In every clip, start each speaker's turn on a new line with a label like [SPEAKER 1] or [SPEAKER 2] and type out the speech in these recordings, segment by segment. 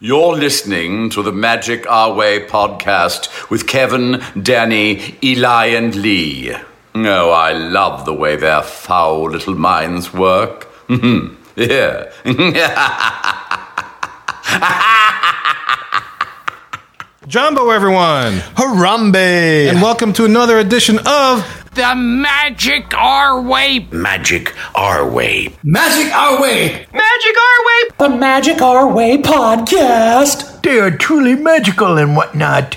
[SPEAKER 1] You're listening to the Magic Our Way podcast with Kevin, Danny, Eli, and Lee. Oh, I love the way their foul little minds work. Mhm. yeah.
[SPEAKER 2] Jumbo, everyone,
[SPEAKER 3] Harambe!
[SPEAKER 2] and welcome to another edition of
[SPEAKER 4] the magic our way.
[SPEAKER 5] Magic our way.
[SPEAKER 6] The Magic Our Way podcast.
[SPEAKER 5] They are truly magical and whatnot.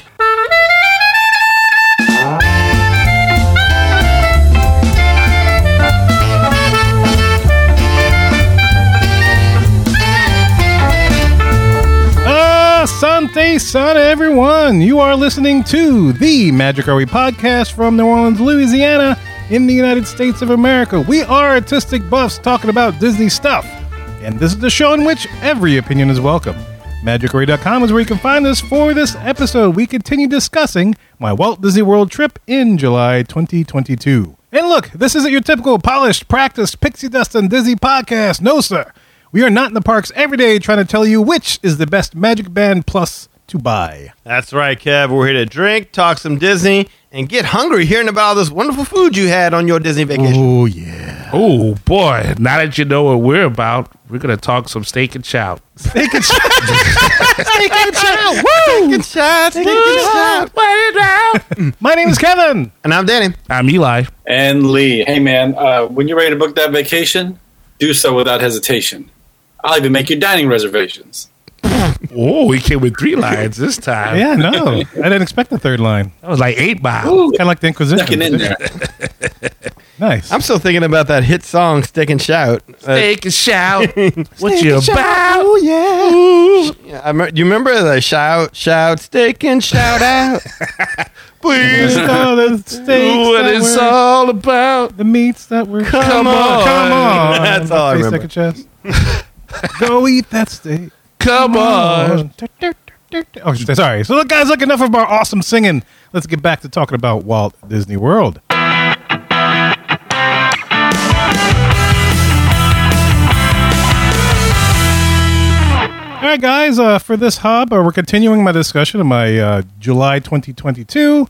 [SPEAKER 2] Asante Sana, everyone. You are listening to the Magic Are We podcast from New Orleans, Louisiana, in the United States of America. We are artistic buffs talking about Disney stuff. And this is the show in which every opinion is welcome. MagicArray.com is where you can find us for this episode. We continue discussing my Walt Disney World trip in July 2022. And look, this isn't your typical polished, practiced, pixie dust and Disney podcast. No, sir. We are not in the parks every day trying to tell you which is the best Magic Band Plus to buy.
[SPEAKER 3] That's right, Kev. We're here to drink, talk some Disney, and get hungry hearing about all this wonderful food you had on your Disney vacation.
[SPEAKER 2] Oh, yeah.
[SPEAKER 7] Oh boy! Now that you know what we're about, we're gonna talk some steak and chow.
[SPEAKER 2] Steak and chow. Steak and chow. Woo!
[SPEAKER 3] Good shots, good shots.
[SPEAKER 2] My name is Kevin.
[SPEAKER 3] And I'm Danny.
[SPEAKER 7] I'm Eli.
[SPEAKER 8] And Lee, hey man, uh, when you're ready to book that vacation, do so without hesitation. I'll even make your dining reservations.
[SPEAKER 7] Oh, he came with three lines this time.
[SPEAKER 2] Oh, Yeah, no. I didn't expect the third line.
[SPEAKER 7] that was like eight miles.
[SPEAKER 2] Kind of like the Inquisition.
[SPEAKER 8] Tucking in there.
[SPEAKER 2] Nice.
[SPEAKER 3] I'm still thinking about that hit song, Stick and Shout. Uh,
[SPEAKER 7] Steak and shout. what you about?
[SPEAKER 3] Oh, yeah. yeah I me- you remember the shout, shout, stick and shout out?
[SPEAKER 2] Here's
[SPEAKER 7] Please,
[SPEAKER 2] all the steaks
[SPEAKER 7] what
[SPEAKER 2] that
[SPEAKER 7] it's
[SPEAKER 2] were-
[SPEAKER 7] all about.
[SPEAKER 2] the meats that were come,
[SPEAKER 7] on.
[SPEAKER 2] come on.
[SPEAKER 3] That's all I
[SPEAKER 2] Taste
[SPEAKER 3] remember.
[SPEAKER 2] Like a chest. Go eat that steak.
[SPEAKER 7] Come on.
[SPEAKER 2] Oh, sorry. So, look, guys, look enough of our awesome singing. Let's get back to talking about Walt Disney World. All right, guys, uh, for this hub, uh, we're continuing my discussion of my uh, July 2022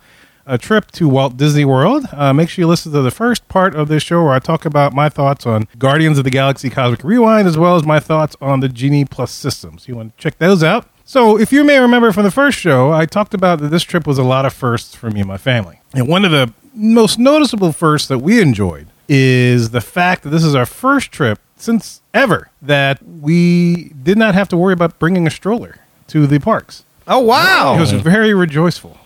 [SPEAKER 2] uh, trip to Walt Disney World. Uh, make sure you listen to the first part of this show where I talk about my thoughts on Guardians of the Galaxy Cosmic Rewind, as well as my thoughts on the Genie Plus systems. You want to check those out? So, if you may remember from the first show, I talked about that this trip was a lot of firsts for me and my family. And one of the most noticeable firsts that we enjoyed is the fact that this is our first trip since ever that we did not have to worry about bringing a stroller to the parks.
[SPEAKER 3] Oh,
[SPEAKER 2] It was
[SPEAKER 3] wow.
[SPEAKER 2] very rejoiceful.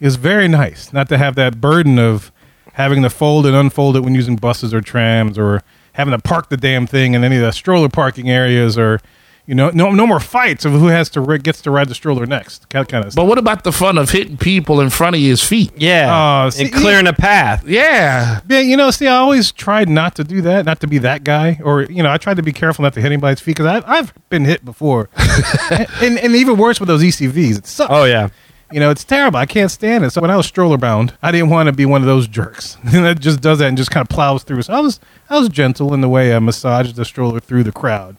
[SPEAKER 2] It was very nice not to have that burden of having to fold and unfold it when using buses or trams or having to park the damn thing in any of the stroller parking areas or you know no no more fights of who has to ri- gets to ride the stroller next kind of
[SPEAKER 7] But what about the fun of hitting people in front of his feet?
[SPEAKER 3] Yeah.
[SPEAKER 2] Oh, see-
[SPEAKER 3] and clearing a path.
[SPEAKER 7] Yeah.
[SPEAKER 2] Yeah, you know, see, I always tried not to do that, not to be that guy, or you know, I tried to be careful not to hit anybody's feet because I've I've been hit before, and and even worse with those ECVs, it sucks.
[SPEAKER 3] Oh, yeah.
[SPEAKER 2] You know, it's terrible. I can't stand it. So when I was stroller bound, I didn't want to be one of those jerks that just does that and just kind of plows through. So I was I was gentle in the way I massaged the stroller through the crowd.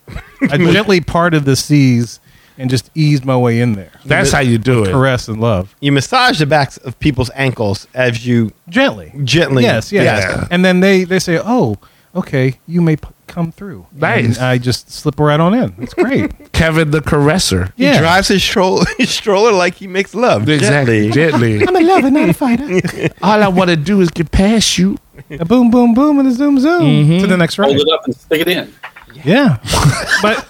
[SPEAKER 2] I gently parted the seas and just eased my way in there.
[SPEAKER 7] That's how you do it.
[SPEAKER 2] caress and love
[SPEAKER 3] You massage the backs of people's ankles as you
[SPEAKER 2] gently.
[SPEAKER 3] gently.
[SPEAKER 2] Yes, yes.
[SPEAKER 7] Yeah.
[SPEAKER 2] And then they they say, "Oh, okay, you may p- come through."
[SPEAKER 7] Nice.
[SPEAKER 2] And I just slip right on in. It's great.
[SPEAKER 7] Kevin the caresser.
[SPEAKER 3] He
[SPEAKER 2] Yeah.
[SPEAKER 3] drives his, stroll- his stroller like he makes love.
[SPEAKER 7] Exactly.
[SPEAKER 3] Gently.
[SPEAKER 7] Gently.
[SPEAKER 2] I'm a lover, not a fighter.
[SPEAKER 7] all I want to do is get past you.
[SPEAKER 2] a boom, boom, boom, and a zoom, zoom to the next
[SPEAKER 8] Mm-hmm. Hold
[SPEAKER 2] right.
[SPEAKER 8] it up and stick it in.
[SPEAKER 2] Yeah, but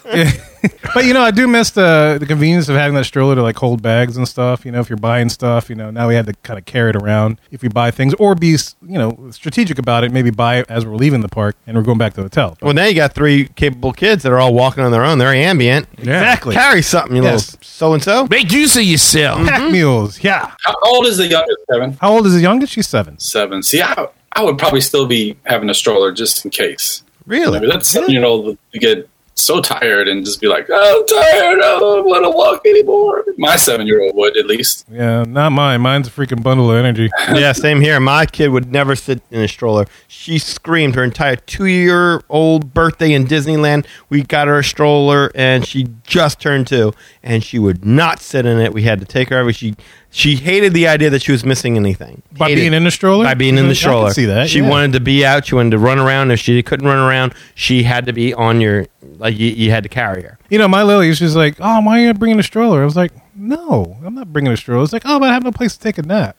[SPEAKER 2] but you know, I do miss the the convenience of having that stroller to like hold bags and stuff. You know, if you're buying stuff, you know, now we had to kind of carry it around if you buy things, or be you know strategic about it. Maybe buy it as we're leaving the park and we're going back to the hotel.
[SPEAKER 3] Well, now you got three capable kids that are all walking on their own. They're ambient.
[SPEAKER 2] Exactly.
[SPEAKER 3] Carry something, you
[SPEAKER 2] Yes.
[SPEAKER 3] little so and so.
[SPEAKER 7] Make use of yourself.
[SPEAKER 2] Pack mules. Yeah.
[SPEAKER 8] How old is the youngest, Kevin?
[SPEAKER 2] How old is the youngest? She's seven.
[SPEAKER 8] Seven. See, I, I would probably still be having a stroller just in case. I mean,
[SPEAKER 3] Really?
[SPEAKER 8] that's seven year old to get so tired and just be like, "Oh, I'm tired. I don't want to walk anymore. My seven year old would, at least.
[SPEAKER 2] Yeah, not mine. Mine's a freaking bundle of energy.
[SPEAKER 3] yeah, same here. My kid would never sit in a stroller. She screamed her entire two year old birthday in Disneyland. We got her a stroller and she just turned two and she would not sit in it. We had to take her over. She she hated the idea that she was missing anything.
[SPEAKER 2] By
[SPEAKER 3] Hated
[SPEAKER 2] being
[SPEAKER 3] it.
[SPEAKER 2] in the stroller?
[SPEAKER 3] By being
[SPEAKER 2] I
[SPEAKER 3] in the
[SPEAKER 2] can
[SPEAKER 3] stroller.
[SPEAKER 2] see that,
[SPEAKER 3] She
[SPEAKER 2] yeah.
[SPEAKER 3] wanted to be out. She wanted to run around. If she couldn't run around, she had to be on your, like, you, you had to carry her.
[SPEAKER 2] You know, my Lily, she's like, "Oh, why are you bringing a stroller?" I was like, "No, I'm not bringing a stroller." It's like, "Oh, but I have no place to take a nap."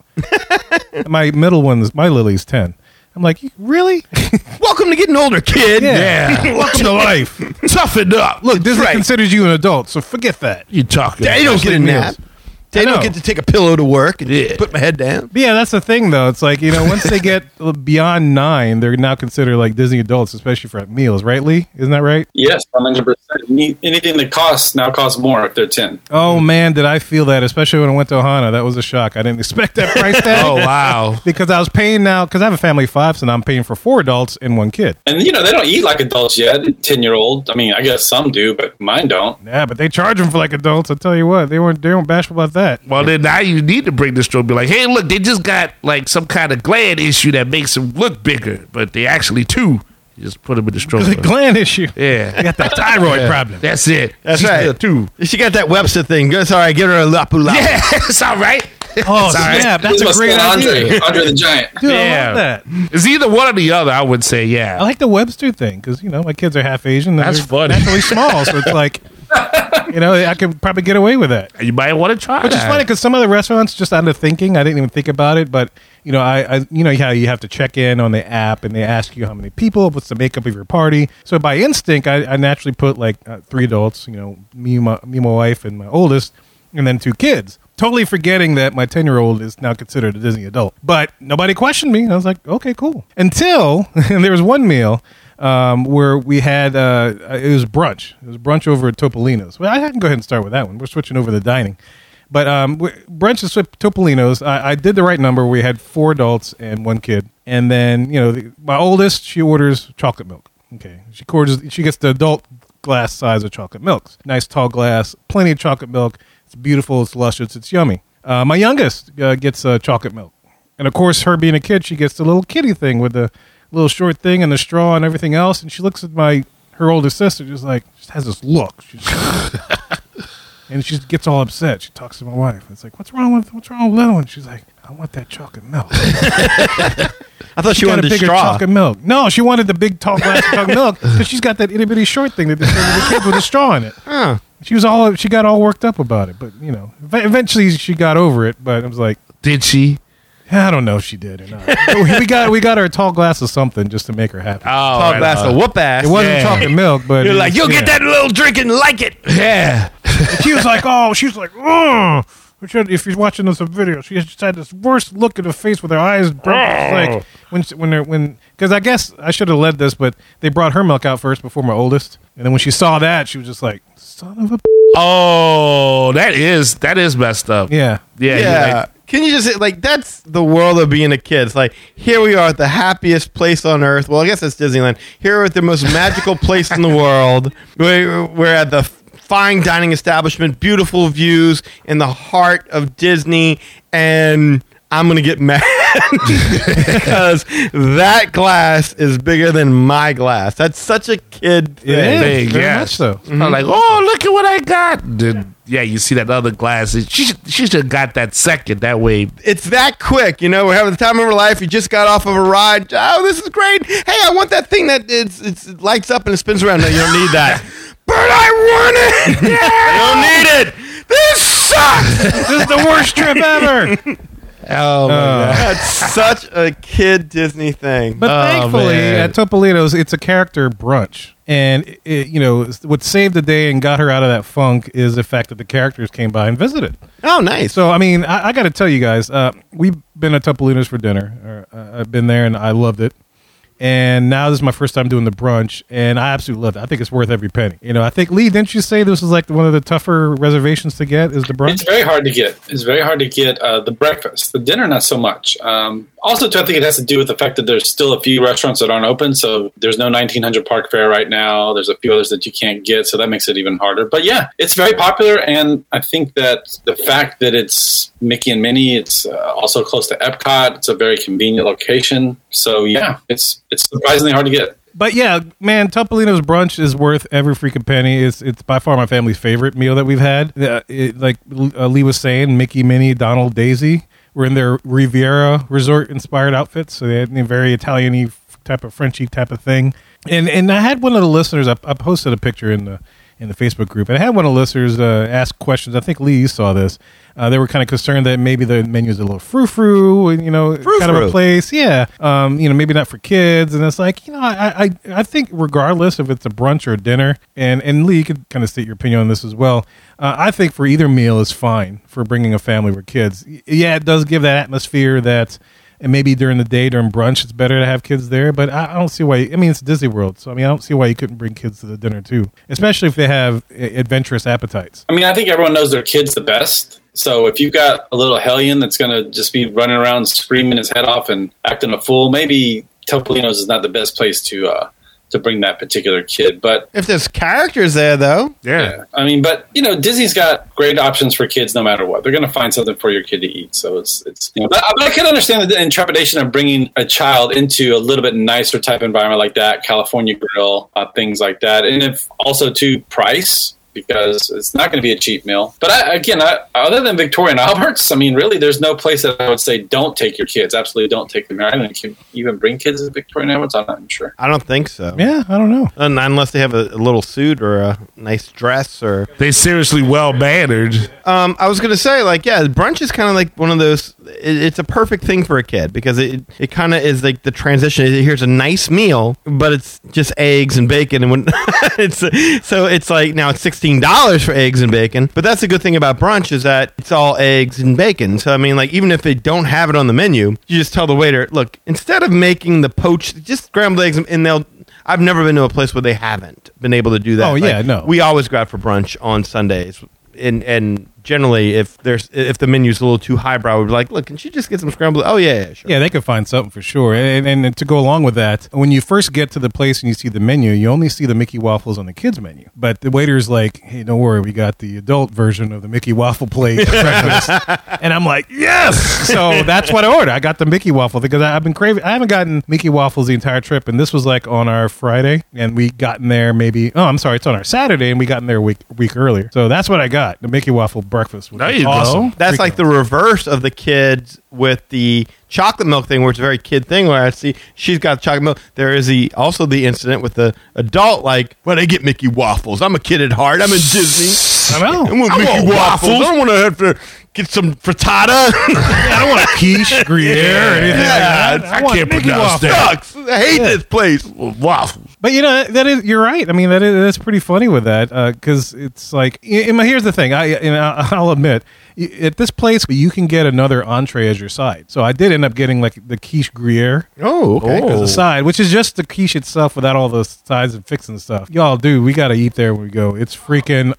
[SPEAKER 2] my middle one's my Lily's ten. I'm like, "You- "Really?
[SPEAKER 3] Welcome to getting older, kid.
[SPEAKER 2] Yeah. Welcome to life.
[SPEAKER 7] Toughen up. Look,
[SPEAKER 2] Look, Disney
[SPEAKER 3] Right.
[SPEAKER 2] considers you an adult, so forget that."
[SPEAKER 7] you talking.
[SPEAKER 3] They don't get a nap. They
[SPEAKER 2] know.
[SPEAKER 3] don't get to take a pillow to work and
[SPEAKER 7] Yeah.
[SPEAKER 3] put my head down.
[SPEAKER 2] But yeah, that's the thing, though. It's like you know, once they get beyond nine, they're now considered like Disney adults, especially for meals, right, Lee? Isn't that right?
[SPEAKER 8] Yes, 100%. Ne- Anything that costs now costs more if they're 10.
[SPEAKER 2] Oh man, did I feel that? Especially when I went to Ohana, that was a shock. I didn't expect that price tag.
[SPEAKER 7] Oh,
[SPEAKER 3] wow.
[SPEAKER 2] because I was paying now because I have a family of five, so now I'm paying for four adults and one kid.
[SPEAKER 8] And, you know, they don't eat like adults yet, 10 year old. I mean, I guess some do, but mine don't.
[SPEAKER 2] Yeah, but they charge them for like adults. I tell you what, they weren't they weren't bashful about that.
[SPEAKER 7] Well, then now you need to bring this to be like, hey, look, they just got like some kind of gland issue that makes them look bigger, but they actually two. You just put them in the stroller.
[SPEAKER 2] The gland issue.
[SPEAKER 7] yeah,
[SPEAKER 2] I got that thyroid problem.
[SPEAKER 7] that's it.
[SPEAKER 3] That's
[SPEAKER 7] She's
[SPEAKER 3] right.
[SPEAKER 7] a two.
[SPEAKER 3] She got that Webster thing. That's all right. Give her a lapu lapu.
[SPEAKER 7] Yeah, it's all right.
[SPEAKER 2] Oh
[SPEAKER 7] It's all right.
[SPEAKER 2] snap! That's
[SPEAKER 8] This
[SPEAKER 2] a
[SPEAKER 8] must
[SPEAKER 2] great
[SPEAKER 8] be Andre,
[SPEAKER 2] idea.
[SPEAKER 8] Andre the Giant.
[SPEAKER 2] Dude, I
[SPEAKER 7] Yeah.
[SPEAKER 2] love that.
[SPEAKER 7] It's either one or the other. I would say,
[SPEAKER 2] I
[SPEAKER 7] yeah.
[SPEAKER 2] like the Webster thing because you know my kids are half Asian. and
[SPEAKER 7] That's
[SPEAKER 2] they're
[SPEAKER 7] funny.
[SPEAKER 2] Naturally small, so it's like you know I could probably get away with that.
[SPEAKER 7] You might want to try.
[SPEAKER 2] Which is
[SPEAKER 7] that.
[SPEAKER 2] funny because some of the restaurants just out of thinking, I didn't even think about it. But you know, I, I you know how you have to check in on the app and they ask you how many people, what's the makeup of your party. So by instinct, I, I naturally put like uh, three adults, you know, me, my, me, my wife, and my oldest, and then two kids. Totally forgetting that my ten year old is now considered a Disney adult. But nobody questioned me. I was like, okay, cool. Until and there was one meal. Um, where we had uh, it was brunch. It was brunch over at Topolino's. Well, I can go ahead and start with that one. We're switching over to dining. But um, we- brunch is with Topolino's. I, I did the right number. We had four adults and one kid, and then you know the, my oldest she orders chocolate milk. Okay, she orders she gets the adult glass size of chocolate milk. Nice tall glass, plenty of chocolate milk. It's beautiful. It's luscious. It's yummy. Uh, my youngest uh, gets uh, chocolate milk, and of course, her being a kid, she gets the little kitty thing with the little short thing and the straw and everything else. And she looks at my her older sister, just like just has this look. She's and she gets all upset. She talks to my wife. It's like, what's wrong with what's wrong with Lil? And she's like, I want that chocolate milk. She
[SPEAKER 3] I thought she,
[SPEAKER 2] got a
[SPEAKER 3] wanted to
[SPEAKER 2] bigger
[SPEAKER 3] straw.
[SPEAKER 2] chocolate milk. No, she wanted the big tall glass of chocolate milk because she's got that itty bitty short thing that they serve to the kids with a straw in it. She was all she got all worked up about it, but you know, ev- eventually she got over it. But I was like,
[SPEAKER 7] Did she?
[SPEAKER 2] "Yeah, I don't know if she did or not. But we got we got her a tall glass of something just to make her happy.
[SPEAKER 7] Oh,
[SPEAKER 3] Tall
[SPEAKER 7] right
[SPEAKER 3] glass
[SPEAKER 7] on.
[SPEAKER 3] of whoop ass.
[SPEAKER 2] it wasn't
[SPEAKER 7] yeah.
[SPEAKER 2] chocolate milk, but
[SPEAKER 3] Ah, You're
[SPEAKER 2] it
[SPEAKER 3] like,
[SPEAKER 2] was-
[SPEAKER 3] you'll
[SPEAKER 2] yeah.
[SPEAKER 3] get that little drink and like it.
[SPEAKER 7] Yeah.
[SPEAKER 2] she was like, oh, she was like, oh. If you're watching this on video, she just had this worst look at her face with her eyes broken. It's
[SPEAKER 7] Oh.
[SPEAKER 2] Like when she- when they're when because I guess I should have led this, but they brought her milk out first before my oldest, and then when she saw that, she was just like, son of a b-.
[SPEAKER 7] Oh, that is that is messed up.
[SPEAKER 2] yeah.
[SPEAKER 7] Yeah. you're
[SPEAKER 3] Yeah.
[SPEAKER 7] right.
[SPEAKER 3] Can you just like that's the world of being a kid? It's like here we are at the happiest place on earth. Well, I guess it's Disneyland. Here we're at the most magical place in the world. We're, we're at the fine dining establishment, beautiful views in the heart of Disney, and I'm gonna get mad because that glass is bigger than my glass. That's such a kid thing.
[SPEAKER 2] Yeah,
[SPEAKER 7] Thing,
[SPEAKER 2] very
[SPEAKER 7] yeah.
[SPEAKER 2] much so.
[SPEAKER 7] I'm like, oh, look at what I got. Then, yeah, you see that other glass. She should- she should have got that second. That way,
[SPEAKER 3] it's that quick. You know, we're having the time of our life. You just got off of a ride. Oh, this is great. Hey, I want that thing that it's, it's, it lights up and it spins around. No, you don't need that. but I want it. I don't need it. This sucks.
[SPEAKER 2] This is the worst trip ever.
[SPEAKER 7] oh my
[SPEAKER 3] That's such a kid Disney thing.
[SPEAKER 2] But
[SPEAKER 7] Oh,
[SPEAKER 2] thankfully,
[SPEAKER 7] man.
[SPEAKER 2] at Topolino's, it's a character brunch, and it, it, you know what saved the day and got her out of that funk is the fact that the characters came by and visited.
[SPEAKER 3] oh, nice.
[SPEAKER 2] So I mean, I, I got to tell you guys, uh, we've been at Topolino's for dinner. Or, uh, I've been there and I loved it. And now this is my first time doing the brunch, and I absolutely loved it. I think it's worth every penny. You know, I think Lee, didn't you say this was like one of the tougher reservations to get is the
[SPEAKER 8] It's
[SPEAKER 2] brunch?
[SPEAKER 8] very hard to get. It's very hard to get uh, the breakfast. The dinner, not so much. Um, also, too, I think it has to do with the fact that there's still a few restaurants that aren't open. So there's no 1900 Park Fair right now. There's a few others that you can't get. So that makes it even harder. But yeah, it's very popular. And I think that the fact that it's Mickey and Minnie, it's uh, also close to Epcot. It's a very convenient location. So yeah, it's it's surprisingly hard to get.
[SPEAKER 2] But yeah, man, Topolino's brunch is worth every freaking penny. It's it's by far my family's favorite meal that we've had. Uh, it- like uh, Lee was saying, Mickey, Minnie, Donald, Daisy were in their Riviera resort inspired outfits, so they had a very Italian type of Frenchy type of thing. And and I had one of the listeners. I, I posted a picture in the in the Facebook group, and I had one of the listeners uh, ask questions. I think Lee, you saw this. Uh, they were kind of concerned that maybe the menu is a little frou frou, you know, kind of a
[SPEAKER 3] Frou-frou.
[SPEAKER 2] place. Yeah, um, you know, maybe not for kids. And it's like, you know, I, I, I think regardless if it's a brunch or a dinner, and and Lee you could kind of state your opinion on this as well. Uh, I think for either meal is fine for bringing a family with kids. Y- Yeah, it does give that atmosphere that. And maybe during the day, during brunch, it's better to have kids there. But I, I don't see why. I mean, it's Disney World, so I mean, I don't see why you couldn't bring kids to the dinner too, especially if they have uh, adventurous appetites.
[SPEAKER 8] I mean, I think everyone knows their kids the best. So if you've got a little hellion that's going to just be running around screaming his head off and acting a fool, maybe Topolino's is not the best place to uh, to bring that particular kid. But
[SPEAKER 3] If there's characters there, though,
[SPEAKER 7] Yeah.
[SPEAKER 8] I mean, but you know, Disney's got great options for kids no matter what. They're going to find something for your kid to eat. So it's it's. You know, but, but I can understand the intrepidation of bringing a child into a little bit nicer type environment like that, California Grill, uh, things like that, and if also to price. Because it's not going to be a cheap meal. But I, again, I, other than Victoria and Alberts, I mean, really, there's no place that I would say don't take your kids. Absolutely, don't take them there. I don't think you can even bring kids to Victoria and Alberts. I'm not even sure.
[SPEAKER 3] I don't think so.
[SPEAKER 2] Yeah, I don't know.
[SPEAKER 3] Un- Unless they have a, a little suit or a nice dress or
[SPEAKER 7] They seriously well mannered.
[SPEAKER 3] um, I was gonna say, like, yeah, brunch is kind of like one of those. It, it's a perfect thing for a kid because it it kind of is like the transition. Here's a nice meal, but it's just eggs and bacon, and when it's so it's like now it's sixteen dollars for eggs and bacon. But that's a good thing about brunch is that it's all eggs and bacon. So I mean, like, even if they don't have it on the menu, you just tell the waiter, look, instead of making the poached, just scrambled eggs, and they'll. I've never been to a place where they haven't been able to do that.
[SPEAKER 2] Oh, yeah,
[SPEAKER 3] Like,
[SPEAKER 2] no.
[SPEAKER 3] We we always go out for brunch on Sundays, and and generally, if there's if the menu's a little too highbrow, we'd be like, look, can she just get some scrambled? Oh yeah, yeah, sure.
[SPEAKER 2] Yeah, they could find something for sure. And, and, and to go along with that, when you first get to the place and you see the menu, you only see the Mickey waffles on the kids menu. But the waiter's like, "Hey, don't worry, we got the adult version of the Mickey waffle plate." for breakfast." and I'm like, "Yes!" So that's what I ordered. I got the Mickey waffle because I, I've been craving. I haven't gotten Mickey waffles the entire trip, and this was like on our Friday, and we got in there maybe. Oh, I'm sorry, it's on our Saturday, and we got in there a week week earlier. So that's what I got: the Mickey waffle breakfast. Which
[SPEAKER 7] There
[SPEAKER 2] was
[SPEAKER 7] you go.
[SPEAKER 2] awesome.
[SPEAKER 3] That's like the reverse of the kids with the chocolate milk thing, where it's a very kid thing. Where I see she's got chocolate milk. There is the also the incident with the adult, like, but I get Mickey waffles. I'm a kid at heart. I'm in Disney.
[SPEAKER 2] Oh, I know.
[SPEAKER 3] I want Mickey waffles. I don't want to have to get some frittata.
[SPEAKER 2] I don't want a quiche, Gruyere, or anything
[SPEAKER 7] Yeah,
[SPEAKER 2] like that.
[SPEAKER 7] I can't pronounce
[SPEAKER 2] waffles.
[SPEAKER 7] that.
[SPEAKER 3] Sucks. I hate this place.
[SPEAKER 7] Waffles.
[SPEAKER 2] But you know that is you're right. I mean that is that's pretty funny with that because it's like and my- here's the thing. I and I- I'll admit y- at this place you can get another entree as your side. So I did end up getting like the quiche Gruyere
[SPEAKER 3] Oh, okay.
[SPEAKER 2] as a side, which is just the quiche itself without all the sides and fixing stuff. Y'all, dude, we gotta eat there when we go. It's freaking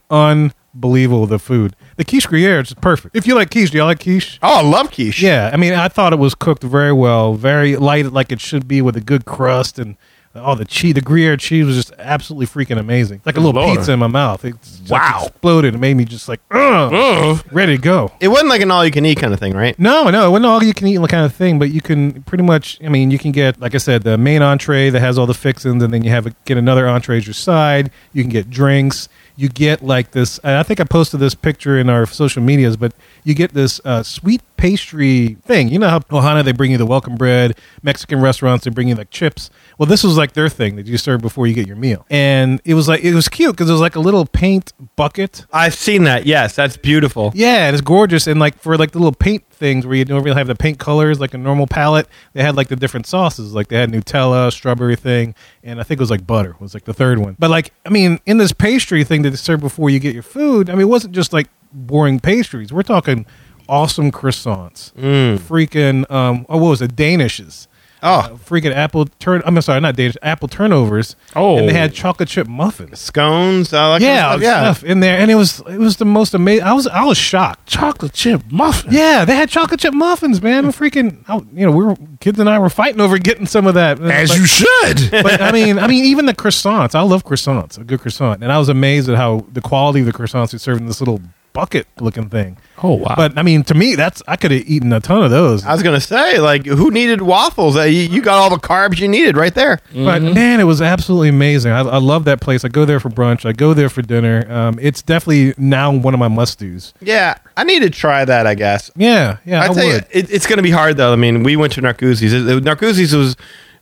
[SPEAKER 2] unbelievable the food. The quiche Gruyere is perfect. If you like quiche, do y'all like quiche?
[SPEAKER 3] Oh, I love quiche.
[SPEAKER 2] Yeah, I mean, I thought it was cooked very well, very light, like it should be, with a good crust and all the cheese. The Gruyere cheese was just absolutely freaking amazing. Like a little
[SPEAKER 7] Lord.
[SPEAKER 2] pizza in my mouth. It just
[SPEAKER 7] Wow.
[SPEAKER 2] exploded. It made me just like, ugh,
[SPEAKER 7] Oh,
[SPEAKER 2] ready to go.
[SPEAKER 3] It wasn't like an all you can eat kind of thing, right?
[SPEAKER 2] No, no, it wasn't all you can eat kind of thing, but you can pretty much. I mean, you can get, like I said, the main entree that has all the fixings, and then you have a, get another entree as your side. You can get drinks. You get like this. And I think I posted this picture in our social medias, but you get this uh, sweet pastry thing. You know how Ohana they bring you the welcome bread. Mexican restaurants they bring you like chips. Well, this was like their thing that you serve before you get your meal, and it was like it was cute because it was like a little paint bucket
[SPEAKER 3] I've seen that. Yes, that's beautiful.
[SPEAKER 2] yeah, and it's gorgeous. And like for like the little paint things where you don't really have the paint colors, like a normal palette, they had like the different sauces. Like they had Nutella, strawberry thing, and I think it was like butter was like the third one. But like I mean, in this pastry thing that they serve before you get your food, I mean, it wasn't just like boring pastries.
[SPEAKER 3] Mm.
[SPEAKER 2] We're talking awesome croissants, freaking um, oh, what was it, Danishes.
[SPEAKER 3] Oh,
[SPEAKER 2] freaking apple turn. I'm sorry, not Danish apple turnovers.
[SPEAKER 7] Oh.
[SPEAKER 2] and they had chocolate chip muffins.
[SPEAKER 3] scones. all that
[SPEAKER 2] Yeah,
[SPEAKER 3] kind of stuff.
[SPEAKER 2] stuff in there, and it was it was the most amazing. I was I was shocked.
[SPEAKER 7] Chocolate chip muffin.
[SPEAKER 2] Yeah, they had chocolate chip muffins, man. I'm freaking, I, you know, we were kids and I were fighting over getting some of that.
[SPEAKER 7] As
[SPEAKER 2] But-
[SPEAKER 7] you should.
[SPEAKER 2] but I mean, I mean, even the croissants. I love croissants. A good croissant, and I was amazed at how the quality of the croissants they served in this little bucket-looking thing.
[SPEAKER 7] Oh, wow.
[SPEAKER 2] But I mean, to me, that's I could have eaten a ton of those.
[SPEAKER 3] I was gonna say, like, who needed waffles? Uh, You, you got all the carbs you needed right there.
[SPEAKER 2] But
[SPEAKER 7] Mm-hmm.
[SPEAKER 2] man, it was absolutely amazing. I, I love that place. I go there for brunch. I go there for dinner. Um, it's definitely now one of my must-dos.
[SPEAKER 3] Yeah, I need to try that. I guess.
[SPEAKER 2] Yeah, yeah, I,
[SPEAKER 3] I tell you,
[SPEAKER 2] would.
[SPEAKER 3] it, it's going to be hard though. I mean, we went to Narcoozies. It- it- Narcoozies was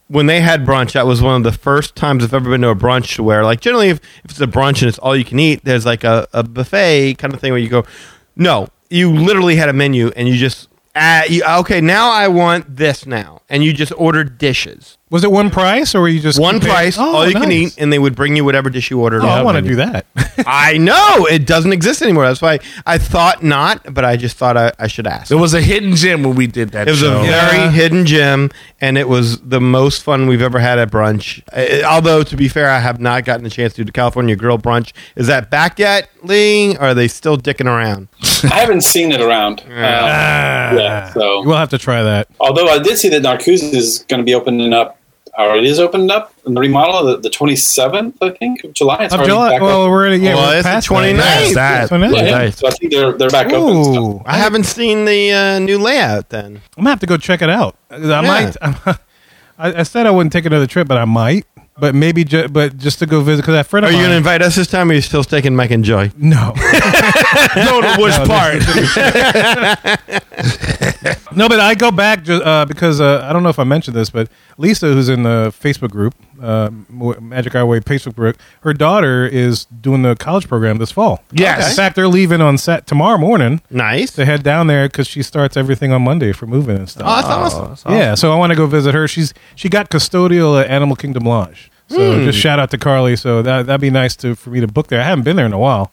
[SPEAKER 3] when they had brunch. That was one of the first times I've ever been to a brunch where, like, generally if, if it's a brunch and it's all you can eat, there's like a, a buffet kind of thing where you go, no, you literally had a menu and you just. Uh, you, okay, now I want this now, and you just order dishes.
[SPEAKER 2] Was it one price, or were you just
[SPEAKER 3] One
[SPEAKER 2] keeping-
[SPEAKER 3] price,
[SPEAKER 2] Oh,
[SPEAKER 3] all you can
[SPEAKER 2] nice.
[SPEAKER 3] eat, and they would bring you whatever dish you ordered.
[SPEAKER 2] Oh, I
[SPEAKER 3] on.
[SPEAKER 2] want to do that.
[SPEAKER 3] I know it doesn't exist anymore. That's why I thought not, but I just thought I, I should ask.
[SPEAKER 7] There was a hidden gem when we did that
[SPEAKER 3] It was
[SPEAKER 7] show.
[SPEAKER 3] a very hidden gem, and it was the most fun we've ever had at brunch. Uh, although, to be fair, I have not gotten a chance to do the California Grill brunch. Is that back yet, Lee? Or are they still dicking around?
[SPEAKER 8] I haven't seen it around. Um, yeah, so
[SPEAKER 2] we'll have to try that.
[SPEAKER 8] although I did see that Narcooz is going to be opening up, or it is opened up in the remodel, the, the 27th, I think, of July. It's
[SPEAKER 2] Of
[SPEAKER 8] already
[SPEAKER 2] July,
[SPEAKER 8] back
[SPEAKER 2] well,
[SPEAKER 8] open.
[SPEAKER 2] we're already yeah,
[SPEAKER 3] Well,
[SPEAKER 2] we're
[SPEAKER 3] it's the
[SPEAKER 2] past that.
[SPEAKER 3] 29th.
[SPEAKER 7] Nice, that.
[SPEAKER 2] Yeah.
[SPEAKER 8] Yeah,
[SPEAKER 7] Nice.
[SPEAKER 8] So I think they're, they're back open. and stuff.
[SPEAKER 2] Ooh,
[SPEAKER 3] I haven't seen the uh, new layout then.
[SPEAKER 2] I'm gonna have to go check it out. I might. I, I said I wouldn't take another trip, but I might. But maybe, ju- but just to go visit because that friend
[SPEAKER 3] Are
[SPEAKER 2] of
[SPEAKER 3] you going to
[SPEAKER 2] mine.
[SPEAKER 3] invite us this time, or are you still taking Mike and Joy?
[SPEAKER 2] no,
[SPEAKER 7] No, the worst part.
[SPEAKER 2] no, but I go back ju- uh, because uh, I don't know if I mentioned this, but Lisa, who's in the Facebook group, uh, Mo- Magic Our Way Facebook group, her daughter is doing the college program this fall.
[SPEAKER 7] Yes.
[SPEAKER 2] in fact, they're leaving on set tomorrow morning
[SPEAKER 3] Nice.
[SPEAKER 2] to head down there because she starts everything on Monday for moving and stuff.
[SPEAKER 3] Oh, that's awesome.
[SPEAKER 2] Yeah, so I want to go visit her. She's she got custodial at Animal Kingdom Lodge. So
[SPEAKER 3] Hmm.
[SPEAKER 2] just shout out to Carly. So that that'd be nice to for me to book there. I haven't been there in a while.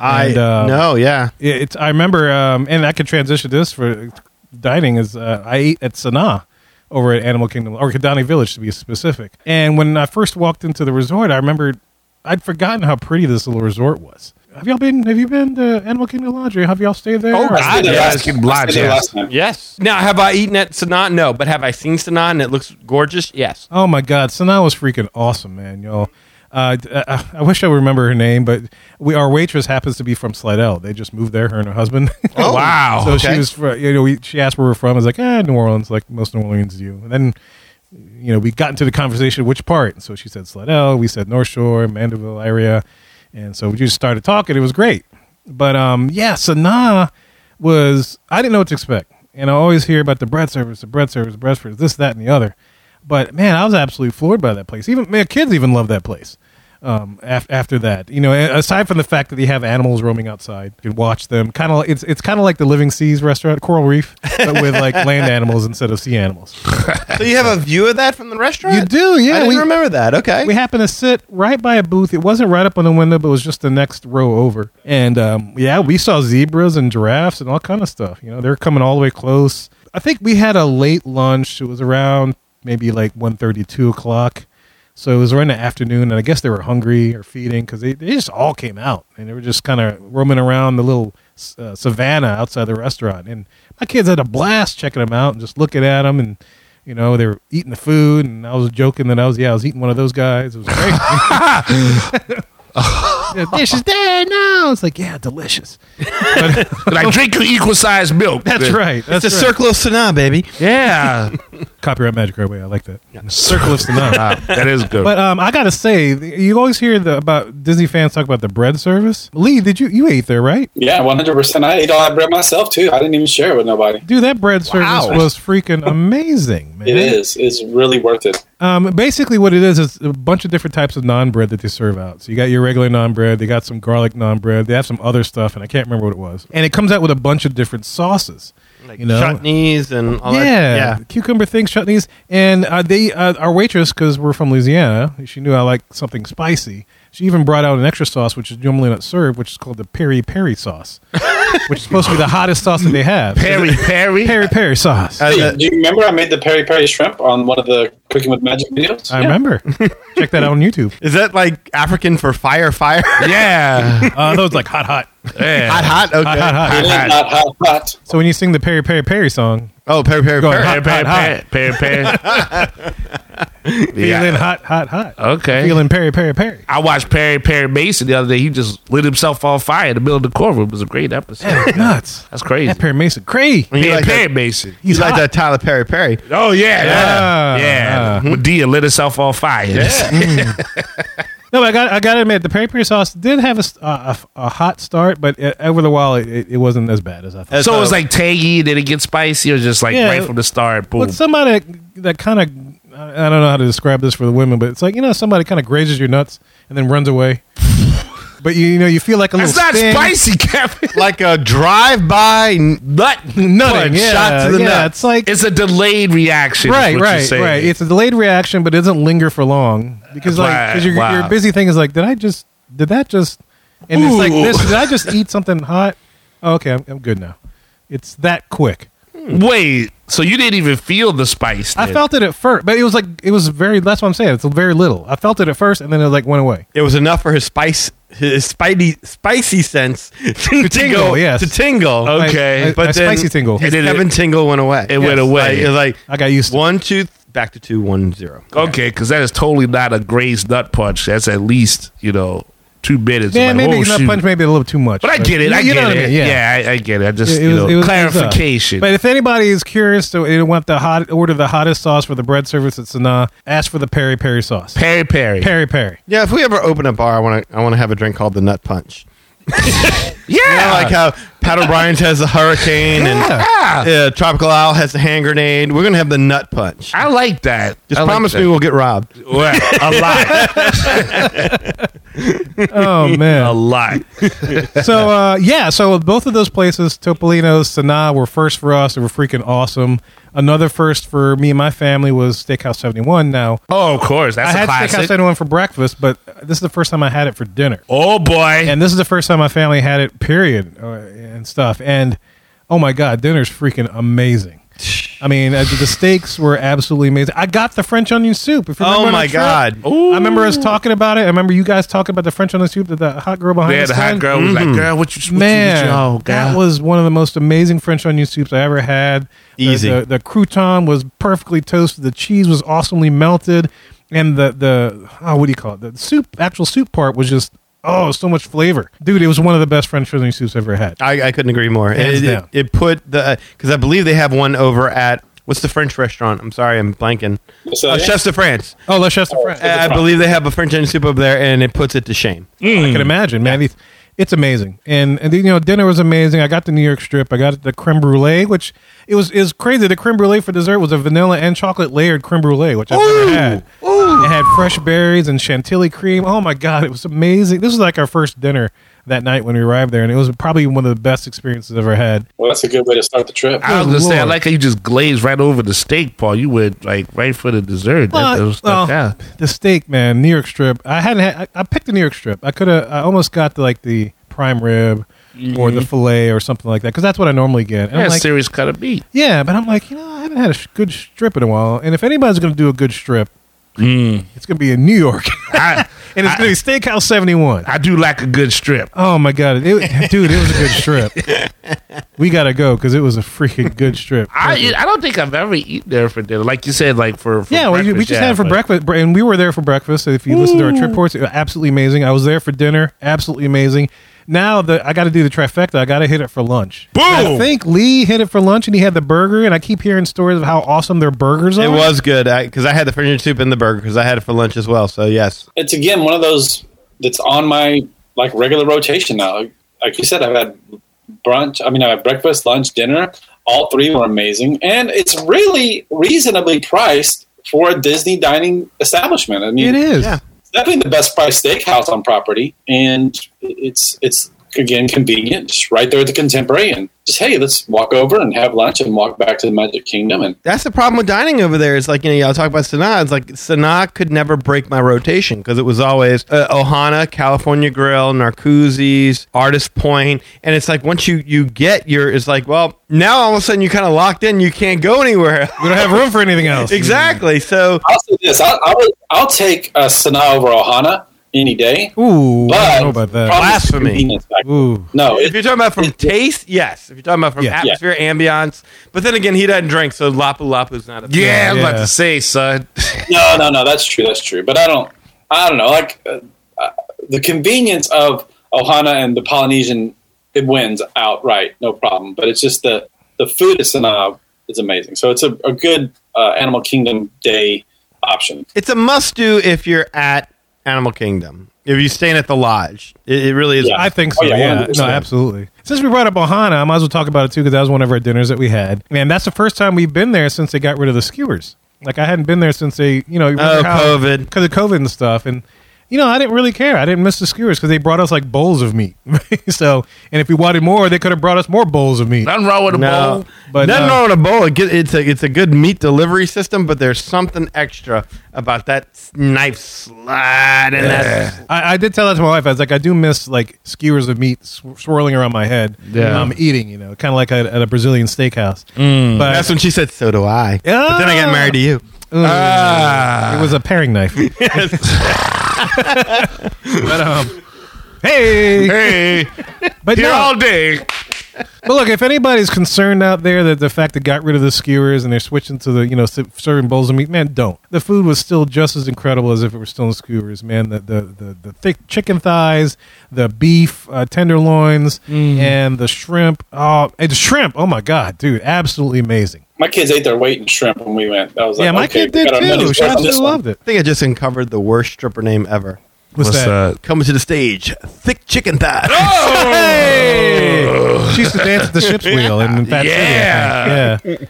[SPEAKER 3] I
[SPEAKER 2] And, uh,
[SPEAKER 3] no, yeah.
[SPEAKER 2] It- It's I remember, um, and I could transition this for dining is uh, I ate at Sanaa over at Animal Kingdom or Kidani Village to be specific. And when I first walked into the resort, I remembered I'd forgotten how pretty this little resort was. Have y'all been? Have you been to Animal Kingdom Lodge? Or have y'all stayed there?
[SPEAKER 3] Oh,
[SPEAKER 2] Or-
[SPEAKER 8] I stayed there
[SPEAKER 7] yeah,
[SPEAKER 8] last-
[SPEAKER 7] it's getting
[SPEAKER 8] I
[SPEAKER 7] blocked,
[SPEAKER 8] stayed there
[SPEAKER 7] yeah.
[SPEAKER 8] last time.
[SPEAKER 3] Yes. Now, have I eaten at Sanaa? No, but have I seen Sanaa and it looks gorgeous? Yes.
[SPEAKER 2] Oh my God, Sanaa was freaking awesome, man, y'all. Uh, d- uh, I wish I would remember her name, but we our waitress happens to be from Slidell. They just moved there, her and her husband.
[SPEAKER 3] Oh,
[SPEAKER 7] wow.
[SPEAKER 2] so
[SPEAKER 3] okay.
[SPEAKER 2] she was, fr- you know, we, she asked where we're from. I was like, ah, New Orleans, like most New Orleans do. And then, you know, we got into the conversation, which part? And so she said Slidell. We said North Shore, Mandeville area, and so we just started talking. It was great, but um, yeah, Sanaa was I didn't know what to expect, and I always hear about the bread service, the bread service, the bread service, this, that, and the other. But man, I was absolutely floored by that place. Even my kids even love that place. Um, af- after that, you know, a- aside from the fact that they have animals roaming outside, you can watch them. Kind of, it's it's kind of like the Living Seas restaurant, Coral Reef, but with like land animals instead of sea animals.
[SPEAKER 3] So you have a view of that from the restaurant?
[SPEAKER 2] You do, yeah.
[SPEAKER 3] I didn't
[SPEAKER 2] we,
[SPEAKER 3] remember that. Okay.
[SPEAKER 2] we happened to sit right by a booth. It wasn't right up on the window, but it was just the next row over. And um, yeah, we saw zebras and giraffes and all kind of stuff. You know, they're coming all the way close. I think we had a late lunch. It was around maybe like 1.30, 2 o'clock. So it was around the afternoon, and I guess they were hungry or feeding because they, they just all came out and they were just kind of roaming around the little uh, savannah outside the restaurant. And my kids had a blast checking them out and just looking at them and you know, they were eating the food, and I was joking that I was, yeah, I was eating one of those guys. It was great. the dish is there now. It's like, yeah, delicious.
[SPEAKER 7] like drink your equal sized milk.
[SPEAKER 2] That's right. That's
[SPEAKER 3] it's a
[SPEAKER 2] right.
[SPEAKER 3] circle of Sanaa, baby.
[SPEAKER 7] Yeah.
[SPEAKER 2] Copyright Magic right away. I like that. Circle of Sonata.
[SPEAKER 7] Wow, that is good.
[SPEAKER 2] But um, I gotta say, you always hear the, about Disney fans talk about the bread service. Lee, did you you ate there, right?
[SPEAKER 8] Yeah, 100%. I ate all that bread myself, too. I didn't even share it with nobody.
[SPEAKER 2] Dude, that bread service
[SPEAKER 3] Wow.
[SPEAKER 2] was freaking amazing, man.
[SPEAKER 8] It is. It's really worth it.
[SPEAKER 2] Um, basically, what it is is a bunch of different types of non bread that they serve out. So you got your regular non bread, they got some garlic non bread, they have some other stuff, and I can't remember what it was. And it comes out with a bunch of different sauces,
[SPEAKER 3] Like
[SPEAKER 2] you know,
[SPEAKER 3] chutneys and all
[SPEAKER 2] yeah,
[SPEAKER 3] that.
[SPEAKER 2] cucumber things, chutneys, and uh, they uh, our waitress because we're from Louisiana, she knew I like something spicy. She even brought out an extra sauce, which is normally not served, which is called the peri peri sauce, which is supposed to be the hottest sauce that they have.
[SPEAKER 7] Perry, Perry.
[SPEAKER 2] peri peri sauce.
[SPEAKER 3] Uh,
[SPEAKER 2] I,
[SPEAKER 8] Hey,
[SPEAKER 3] uh,
[SPEAKER 8] do you remember I made the peri peri shrimp on one of the Cooking with Magic videos? Yeah.
[SPEAKER 2] remember. Check that out on YouTube.
[SPEAKER 3] Is that like African for fire? Fire?
[SPEAKER 7] Yeah.
[SPEAKER 2] Uh, that was like hot, hot,
[SPEAKER 7] yeah.
[SPEAKER 3] hot, hot. Okay.
[SPEAKER 2] hot, hot.
[SPEAKER 8] It is
[SPEAKER 7] hot.
[SPEAKER 8] not hot, hot.
[SPEAKER 2] So when you sing the peri peri peri song,
[SPEAKER 3] Oh, peri peri
[SPEAKER 2] Go
[SPEAKER 3] peri.
[SPEAKER 2] ahead.
[SPEAKER 7] Perry, Perry,
[SPEAKER 2] hot,
[SPEAKER 7] Perry, Perry. Yeah.
[SPEAKER 2] feeling hot, hot, hot.
[SPEAKER 7] Okay.
[SPEAKER 2] Feeling peri peri peri.
[SPEAKER 7] I watched Perry Perry Mason the other day. He just lit himself on fire in the middle of the courtroom. It was a great episode.
[SPEAKER 2] Nuts.
[SPEAKER 7] That's crazy.
[SPEAKER 2] That peri mason. Cray.
[SPEAKER 3] You
[SPEAKER 7] Perry
[SPEAKER 3] like
[SPEAKER 7] Perry
[SPEAKER 3] that-
[SPEAKER 7] Mason.
[SPEAKER 3] You like that Tyler Perry Perry?
[SPEAKER 7] Oh yeah,
[SPEAKER 2] Yeah. Uh-huh.
[SPEAKER 7] yeah, yeah. When Dia lit herself on fire.
[SPEAKER 2] No, but I got I got to admit the peri peri sauce did have a, s- a- a- a hot start, but uh over the while it, it, it wasn't as bad as I thought.
[SPEAKER 3] That's
[SPEAKER 7] So it was
[SPEAKER 3] a-
[SPEAKER 7] like tangy, then it gets spicy, or just like
[SPEAKER 2] Yeah.
[SPEAKER 7] right from the start. Boom.
[SPEAKER 2] But somebody that kind of I I don't know how to describe this for the women, but it's like you know somebody kind of grazes your nuts and then runs away. but you, you know you feel like a
[SPEAKER 7] That's
[SPEAKER 2] little
[SPEAKER 7] not
[SPEAKER 2] sting.
[SPEAKER 7] spicy, Kevin.
[SPEAKER 3] like a drive by.
[SPEAKER 7] Nut.
[SPEAKER 2] Nutting,
[SPEAKER 3] Punch,
[SPEAKER 2] yeah,
[SPEAKER 3] shot to the
[SPEAKER 2] yeah.
[SPEAKER 3] nut.
[SPEAKER 2] It's like
[SPEAKER 7] It's a delayed reaction. is
[SPEAKER 2] right,
[SPEAKER 7] what you're
[SPEAKER 2] right,
[SPEAKER 7] saying.
[SPEAKER 2] right. It's a delayed reaction, but it doesn't linger for long because like
[SPEAKER 7] Right,
[SPEAKER 2] because your,
[SPEAKER 7] wow.
[SPEAKER 2] your busy thing is like did I just did that just and it's like
[SPEAKER 7] Ooh.
[SPEAKER 2] this did I just eat something hot? Oh, okay, I'm, I'm good now. It's that quick.
[SPEAKER 7] Wait, so you didn't even feel the spice?
[SPEAKER 2] I
[SPEAKER 7] then?
[SPEAKER 2] felt it at first, but it was like it was very. That's what I'm saying. It's very little. I felt it at first, and then it like went away.
[SPEAKER 3] It was enough for his spice, his spidey, spicy sense to, tingle,
[SPEAKER 2] tingle, yes.
[SPEAKER 3] to tingle.
[SPEAKER 7] Okay.
[SPEAKER 2] I, I,
[SPEAKER 3] But
[SPEAKER 2] I
[SPEAKER 3] then-
[SPEAKER 2] spicy tingle.
[SPEAKER 3] His
[SPEAKER 7] And then it-
[SPEAKER 3] Kevin tingle went away.
[SPEAKER 7] It went away.
[SPEAKER 3] Like, it was like
[SPEAKER 2] I got used to. it.
[SPEAKER 3] one, two, th- back to two, one, zero.
[SPEAKER 7] Okay, because that is totally not a grazed nut punch. That's at least you know two minutes.
[SPEAKER 2] Yeah,
[SPEAKER 7] Like,
[SPEAKER 2] maybe
[SPEAKER 7] oh,
[SPEAKER 2] not
[SPEAKER 7] shoot.
[SPEAKER 2] punch, maybe a little too much.
[SPEAKER 7] But I get it.
[SPEAKER 2] you-
[SPEAKER 7] I
[SPEAKER 2] you
[SPEAKER 7] get
[SPEAKER 2] know what
[SPEAKER 7] it.
[SPEAKER 2] mean,
[SPEAKER 7] yeah, I, I get it. I just
[SPEAKER 2] It
[SPEAKER 7] you
[SPEAKER 2] was-
[SPEAKER 7] know
[SPEAKER 2] it was- it was, uh,
[SPEAKER 7] clarification.
[SPEAKER 2] But if anybody is curious to they want the hot order the hottest sauce for the bread service at Sanaa, ask for the peri peri sauce.
[SPEAKER 7] Perry Perry.
[SPEAKER 2] Peri peri.
[SPEAKER 3] Yeah, if we ever open a bar, I want to I want to have a drink called the Nut Punch.
[SPEAKER 7] Yeah,
[SPEAKER 3] You know, like how Pat O'Brien has the hurricane and
[SPEAKER 7] yeah.
[SPEAKER 3] uh, Tropical Owl has the hand grenade. We're gonna have the Nut Punch.
[SPEAKER 7] I like that.
[SPEAKER 3] Just
[SPEAKER 7] I like
[SPEAKER 3] promise
[SPEAKER 7] that.
[SPEAKER 3] me we'll get robbed.
[SPEAKER 7] Well, a lot,
[SPEAKER 2] Oh
[SPEAKER 7] a
[SPEAKER 2] man.
[SPEAKER 7] lot.
[SPEAKER 2] so uh, yeah, so both of those places, Topolino's, Sanaa, were first for us. They were freaking awesome. Another first for me and my family was Steakhouse Seventy One. Now
[SPEAKER 7] Oh, of course,
[SPEAKER 2] I
[SPEAKER 7] that's a
[SPEAKER 2] had Steakhouse
[SPEAKER 7] classic.
[SPEAKER 2] Seventy One for breakfast, but this is the first time I had it for dinner.
[SPEAKER 7] Oh boy,
[SPEAKER 2] and this is the first time my family had it period uh, and stuff and oh my god dinner's freaking amazing I mean, uh, the steaks were absolutely amazing. I got the French onion soup. If you remember
[SPEAKER 3] Oh
[SPEAKER 2] on our
[SPEAKER 3] my
[SPEAKER 2] trip.
[SPEAKER 3] God!
[SPEAKER 2] I remember us talking about it. I remember you guys talking about the French onion soup that the hot girl behind
[SPEAKER 7] yeah,
[SPEAKER 2] us
[SPEAKER 7] the hot
[SPEAKER 2] had.
[SPEAKER 7] girl was
[SPEAKER 3] Mm-hmm.
[SPEAKER 7] like, "Girl, what you, what
[SPEAKER 2] Man,
[SPEAKER 7] you, what you oh,
[SPEAKER 2] that
[SPEAKER 7] God.
[SPEAKER 2] was one of the most amazing French onion soups I ever had. The-
[SPEAKER 3] Easy.
[SPEAKER 2] The, the crouton was perfectly toasted. The cheese was awesomely melted, and the the oh, what do you call it? The soup, actual soup part was just oh, so much flavor, dude. It was one of the best French onion soups I've ever had.
[SPEAKER 3] I, I couldn't agree more.
[SPEAKER 2] Hands
[SPEAKER 3] It, it,
[SPEAKER 2] down.
[SPEAKER 3] it put the because I believe they have one over at what's the French restaurant? I'm sorry, I'm blanking.
[SPEAKER 8] What's that
[SPEAKER 3] Uh,
[SPEAKER 8] again?
[SPEAKER 3] Chefs de France.
[SPEAKER 2] Oh, let's just French.
[SPEAKER 3] I I believe they have a French onion soup over there, and it puts it to shame.
[SPEAKER 2] I
[SPEAKER 7] Mm.
[SPEAKER 2] can imagine, man. It's, it's amazing, and and you know, dinner was amazing. I got the New York strip. I got the creme brulee, which it was is crazy. The creme brulee for dessert was a vanilla and chocolate layered creme brulee, which I've never had. It had fresh berries and chantilly cream. Oh my god, it was amazing. This was like our first dinner that night when we arrived there, and it was probably one of the best experiences I've ever had.
[SPEAKER 8] Well, that's a good way to start the trip.
[SPEAKER 7] I was gonna say, I
[SPEAKER 2] Lord.
[SPEAKER 7] like how you just glazed right over the steak, Paul. You went like right for the dessert. that, that was
[SPEAKER 2] well,
[SPEAKER 7] stuck out.
[SPEAKER 2] oh, the steak, man, New York strip. I hadn't. Had, I, I picked the New York strip. I could have. I almost got the like the prime rib or the fillet or something like that because that's what I normally get. And
[SPEAKER 7] Mm-hmm. Yeah,
[SPEAKER 2] I'm like,
[SPEAKER 7] serious cut of meat.
[SPEAKER 2] yeah, but I'm like, you know, I haven't had a sh- good strip in a while, and if anybody's going to do a good strip,
[SPEAKER 7] Hmm.
[SPEAKER 2] it's going to be in New York,
[SPEAKER 7] I,
[SPEAKER 2] and it's going to be Steakhouse Seventy One.
[SPEAKER 7] I do like a good strip.
[SPEAKER 2] Oh my god, it, dude, it was a good strip. we gotta go because it was a freaking good strip.
[SPEAKER 7] I I don't think I've ever eaten there for dinner. Like you said, like for, for
[SPEAKER 2] yeah, we, we
[SPEAKER 7] breakfast,
[SPEAKER 2] just
[SPEAKER 7] yeah,
[SPEAKER 2] had it for
[SPEAKER 7] but-
[SPEAKER 2] breakfast, bre- and we were there for breakfast. So if you listen to our trip reports, it was absolutely amazing. I was there for dinner, absolutely amazing. Now the I got to do the trifecta. I got to hit it for lunch.
[SPEAKER 7] Boom!
[SPEAKER 2] I think Lee hit it for lunch, and he had the burger. And I keep hearing stories of how awesome their burgers are.
[SPEAKER 7] Mm-hmm.
[SPEAKER 3] It was good because I, had the French onion soup and the burger because I had it for lunch as well. So yes,
[SPEAKER 8] it's again one of those that's on my like regular rotation now. Like, like you said, I've had brunch. I mean, I had breakfast, lunch, dinner. All three were amazing, and it's really reasonably priced for a Disney dining establishment. I mean,
[SPEAKER 2] It is.
[SPEAKER 3] Yeah.
[SPEAKER 8] it's definitely the best priced steakhouse on property, and it's it's again convenient, just right there at the Contemporary, and just hey, let's walk over and have lunch and walk back to the Magic Kingdom. And
[SPEAKER 3] That's the problem with dining over there. It's like, you know, y'all talk about Sanaa. It's like Sanaa could never break my rotation because it was always uh, Ohana, California Grill, Narcoozies, Artist Point. And it's like once you, you get your, it's like, well, now all of a sudden you kind of locked in. You can't go anywhere.
[SPEAKER 2] We don't have room for anything else.
[SPEAKER 3] exactly. So
[SPEAKER 8] I'll say this: I, I would, I'll take uh, Sanaa over Ohana any day.
[SPEAKER 2] Ooh,
[SPEAKER 8] But
[SPEAKER 2] I don't know about that.
[SPEAKER 8] probably
[SPEAKER 3] Blasphemy.
[SPEAKER 8] convenience factor.
[SPEAKER 2] Ooh.
[SPEAKER 8] No,
[SPEAKER 3] if
[SPEAKER 8] it,
[SPEAKER 3] you're talking about from taste, yes. If you're talking about from
[SPEAKER 2] Yeah.
[SPEAKER 3] atmosphere, ambiance. But then again, he doesn't drink, so Lapu Lapu's not a thing.
[SPEAKER 7] Yeah, I'm about
[SPEAKER 2] Yeah.
[SPEAKER 7] to say, son.
[SPEAKER 8] no, no, no. That's true. That's true. But I don't. I don't know. Like uh, uh, the convenience of Ohana and the Polynesian, it wins outright, no problem. But it's just the the food at Sanaa is amazing. So it's a, a good uh, Animal Kingdom day option.
[SPEAKER 3] It's a must do if you're at Animal Kingdom. If you're staying at the lodge, it, it really is.
[SPEAKER 8] Yeah.
[SPEAKER 2] I think so.
[SPEAKER 8] Oh, yeah,
[SPEAKER 2] yeah, no,
[SPEAKER 8] 100%.
[SPEAKER 2] absolutely. Since we brought up Ohana, I might as well talk about it too because that was one of our dinners that we had, and that's the first time we've been there since they got rid of the skewers. Like I hadn't been there since they, you know,
[SPEAKER 3] Oh, COVID.
[SPEAKER 2] because of COVID and stuff, and you know I didn't really care. I didn't miss the skewers because they brought us like bowls of meat. so, and if we wanted more, they could have brought us more bowls of meat.
[SPEAKER 7] Nothing wrong with a
[SPEAKER 3] No,
[SPEAKER 7] bowl.
[SPEAKER 2] but,
[SPEAKER 3] nothing
[SPEAKER 2] uh,
[SPEAKER 3] wrong with a bowl. It get- it's a it's a good meat delivery system, but there's something extra about that s- knife slide and that.
[SPEAKER 2] I, I did tell that to my wife. I was like, I do miss like skewers of meat sw- swirling around my head.
[SPEAKER 7] Yeah.
[SPEAKER 2] when I'm eating, you know, kind of like at, at a Brazilian steakhouse. But
[SPEAKER 3] Mm. That's when she said, "So do I." But then I got married to you.
[SPEAKER 2] uh, It was a paring knife. but um, hey,
[SPEAKER 7] Hey,
[SPEAKER 2] but
[SPEAKER 7] here
[SPEAKER 2] no.
[SPEAKER 7] all day.
[SPEAKER 2] but look, if anybody's concerned out there that the fact that got rid of the skewers and they're switching to the you know s- serving bowls of meat, man, don't. The food was still just as incredible as if it were still in skewers, man. The the the, the thick chicken thighs, the beef uh, tenderloins, and the shrimp. Oh, and the shrimp. Oh my god, dude, absolutely amazing.
[SPEAKER 8] My kids ate their weight in shrimp when we went. I was like,
[SPEAKER 2] yeah, my
[SPEAKER 8] okay,
[SPEAKER 2] kid did
[SPEAKER 8] we got our money's
[SPEAKER 2] too.
[SPEAKER 8] worth
[SPEAKER 2] She
[SPEAKER 8] on this
[SPEAKER 2] absolutely
[SPEAKER 8] one.
[SPEAKER 2] loved it.
[SPEAKER 3] I think I just uncovered the worst stripper name ever.
[SPEAKER 2] What's, that? Oh!
[SPEAKER 3] Coming to the stage, thick chicken thighs.
[SPEAKER 2] Hey! She used to dance at the ship's wheel and Fat
[SPEAKER 7] Yeah.
[SPEAKER 2] City. I think.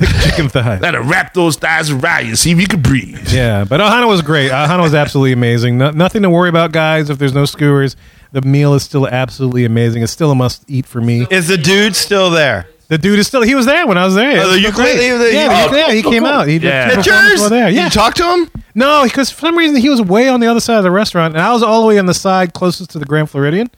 [SPEAKER 2] Yeah. Thick chicken thighs.
[SPEAKER 7] Gotta wrap those thighs around you. See if you can breathe.
[SPEAKER 2] Yeah, but Ohana was great. Ohana was absolutely amazing. No, nothing to worry about, guys. If there's no skewers, the meal is still absolutely amazing. It's still a must eat for me.
[SPEAKER 3] Is the dude still there?
[SPEAKER 2] The dude is still. He was there when I was there.
[SPEAKER 3] Oh, the
[SPEAKER 2] It was great.
[SPEAKER 3] ukulele- the-
[SPEAKER 2] yeah, the
[SPEAKER 3] oh,
[SPEAKER 2] ukulele, he
[SPEAKER 8] cool,
[SPEAKER 2] came
[SPEAKER 8] cool.
[SPEAKER 2] out. He did
[SPEAKER 7] Yeah.
[SPEAKER 2] two performances
[SPEAKER 3] Pictures?
[SPEAKER 2] while there.
[SPEAKER 3] Did
[SPEAKER 2] Yeah.
[SPEAKER 3] you talk to him?
[SPEAKER 2] No, because for some reason he was way on the other side of the restaurant, and I was all the way on the side closest to the Grand Floridian.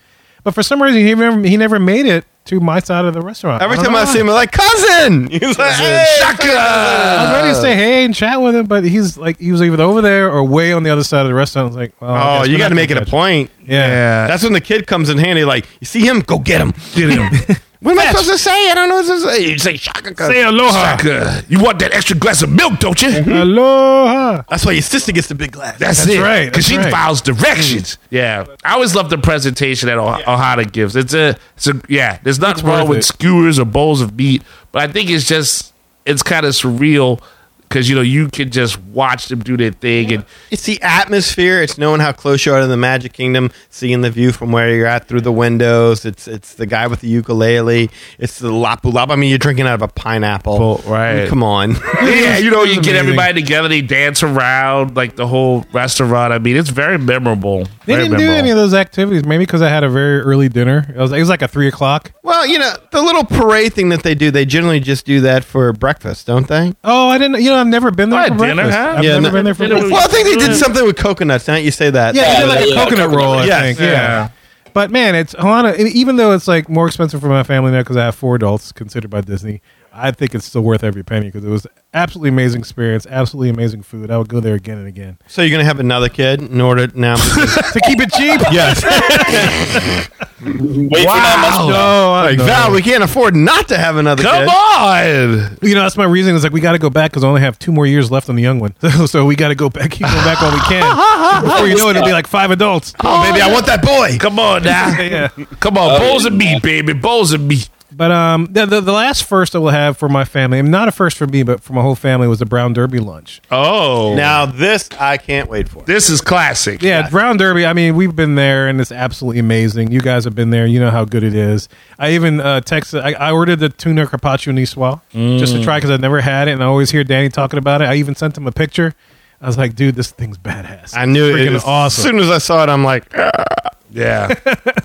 [SPEAKER 2] But for some reason, he never he never made it to my side of the restaurant.
[SPEAKER 3] Every
[SPEAKER 2] don't
[SPEAKER 3] time
[SPEAKER 2] know
[SPEAKER 3] I
[SPEAKER 2] why.
[SPEAKER 3] see him, I'm like, cousin! He's like, hey,
[SPEAKER 7] Shaka!
[SPEAKER 2] I was
[SPEAKER 3] uh,
[SPEAKER 2] ready to say hey and chat with him, but he's like he was either over there or way on the other side of the restaurant. I was like, oh, I
[SPEAKER 3] Oh,
[SPEAKER 2] guess
[SPEAKER 3] you
[SPEAKER 2] we're
[SPEAKER 3] got to
[SPEAKER 2] not
[SPEAKER 3] make it
[SPEAKER 2] gonna
[SPEAKER 3] a
[SPEAKER 2] catch
[SPEAKER 3] point.
[SPEAKER 2] Yeah.
[SPEAKER 3] That's when the kid comes in handy. Like, you see him? Go get him.
[SPEAKER 7] Get him.
[SPEAKER 3] What am I supposed to say? I don't know what to say. You say shaka.
[SPEAKER 7] Say aloha. Shaka. You want that extra glass of milk, don't you?
[SPEAKER 2] Mm-hmm. Aloha.
[SPEAKER 3] That's why your sister gets the big glass.
[SPEAKER 7] That's,
[SPEAKER 2] That's
[SPEAKER 7] it.
[SPEAKER 2] right,
[SPEAKER 7] Because
[SPEAKER 2] that's
[SPEAKER 7] she
[SPEAKER 2] right. Mm.
[SPEAKER 7] files directions. Yeah. I always love the presentation that oh- Ohana gives. It's a, it's a yeah, there's nothing wrong
[SPEAKER 2] worth
[SPEAKER 7] with
[SPEAKER 2] it.
[SPEAKER 7] skewers or bowls of meat, but I think it's just, it's kind of surreal because, you know, you can just watch them do their thing. And
[SPEAKER 3] It's the atmosphere. It's knowing how close you are to the Magic Kingdom, seeing the view from where you're at through the windows. It's it's the guy with the ukulele. It's the lapu lapu. I mean, you're drinking out of a pineapple.
[SPEAKER 7] Well, right.
[SPEAKER 3] Come on.
[SPEAKER 7] yeah, you know, you get
[SPEAKER 2] amazing.
[SPEAKER 7] everybody together, they dance around, like the whole restaurant. I mean, it's very memorable.
[SPEAKER 2] They
[SPEAKER 7] Very
[SPEAKER 2] didn't do
[SPEAKER 7] memorable.
[SPEAKER 2] any of those activities, maybe because I had a very early dinner. It was, it was like a three o'clock.
[SPEAKER 3] well, you know, the little parade thing that they do, they generally just do that for breakfast, don't they?
[SPEAKER 2] Oh, I didn't. You know, I've never been there
[SPEAKER 7] Oh,
[SPEAKER 2] for
[SPEAKER 7] at dinner,
[SPEAKER 2] breakfast.
[SPEAKER 7] huh?
[SPEAKER 2] I've
[SPEAKER 3] Yeah,
[SPEAKER 2] never
[SPEAKER 3] no-
[SPEAKER 2] been there for
[SPEAKER 7] dinner
[SPEAKER 2] breakfast.
[SPEAKER 7] was-
[SPEAKER 3] Well, I think they did something with coconuts. Now that you say that.
[SPEAKER 2] Yeah,
[SPEAKER 8] Yeah,
[SPEAKER 2] they did like
[SPEAKER 8] yeah,
[SPEAKER 2] a coconut
[SPEAKER 8] coconut
[SPEAKER 2] roll, I
[SPEAKER 3] Yes,
[SPEAKER 2] think.
[SPEAKER 3] yeah.
[SPEAKER 2] Yeah. But man, it's Alana. e, Even though it's like more expensive for my family now because I have four adults considered by Disney, I think it's still worth every penny because it was absolutely amazing experience, absolutely amazing food. I would go there again and again
[SPEAKER 3] So you're gonna have another kid in order now.
[SPEAKER 2] to keep it cheap.
[SPEAKER 3] yes.
[SPEAKER 8] Wait for nine months.
[SPEAKER 2] No, Oh, I
[SPEAKER 3] Like
[SPEAKER 2] don't know.
[SPEAKER 3] Val, we can't afford not to have another
[SPEAKER 7] Come
[SPEAKER 3] kid.
[SPEAKER 7] on.
[SPEAKER 2] you know that's my reason. It's like we got to go back because I only have two more years left on the young one, so, so we got to go back, keep going back while we can. Before you know it, it'll be like five adults.
[SPEAKER 3] Oh, baby, I want that boy.
[SPEAKER 7] Come on now.
[SPEAKER 2] Yeah.
[SPEAKER 7] Come on. Bowls of meat, baby. Bowls of meat.
[SPEAKER 2] But um, the, the the last first I will have for my family, and not a first for me, but for my whole family, was the brown derby lunch.
[SPEAKER 7] Oh.
[SPEAKER 3] Now this I can't wait for.
[SPEAKER 7] This is classic.
[SPEAKER 2] Yeah, Brown Derby. I mean, we've been there, and it's absolutely amazing. You guys have been there. You know how good it is. I even uh, texted. I, I ordered the tuna carpaccio niçoise just to
[SPEAKER 3] Mm.
[SPEAKER 2] try because I've never had it, and I always hear Danny talking about it. I even sent him a picture. I was like, dude, this thing's badass.
[SPEAKER 3] I knew
[SPEAKER 2] Freaking
[SPEAKER 3] it. Was,
[SPEAKER 2] awesome.
[SPEAKER 3] As soon as I saw it, I'm like, "Ah."
[SPEAKER 7] Yeah,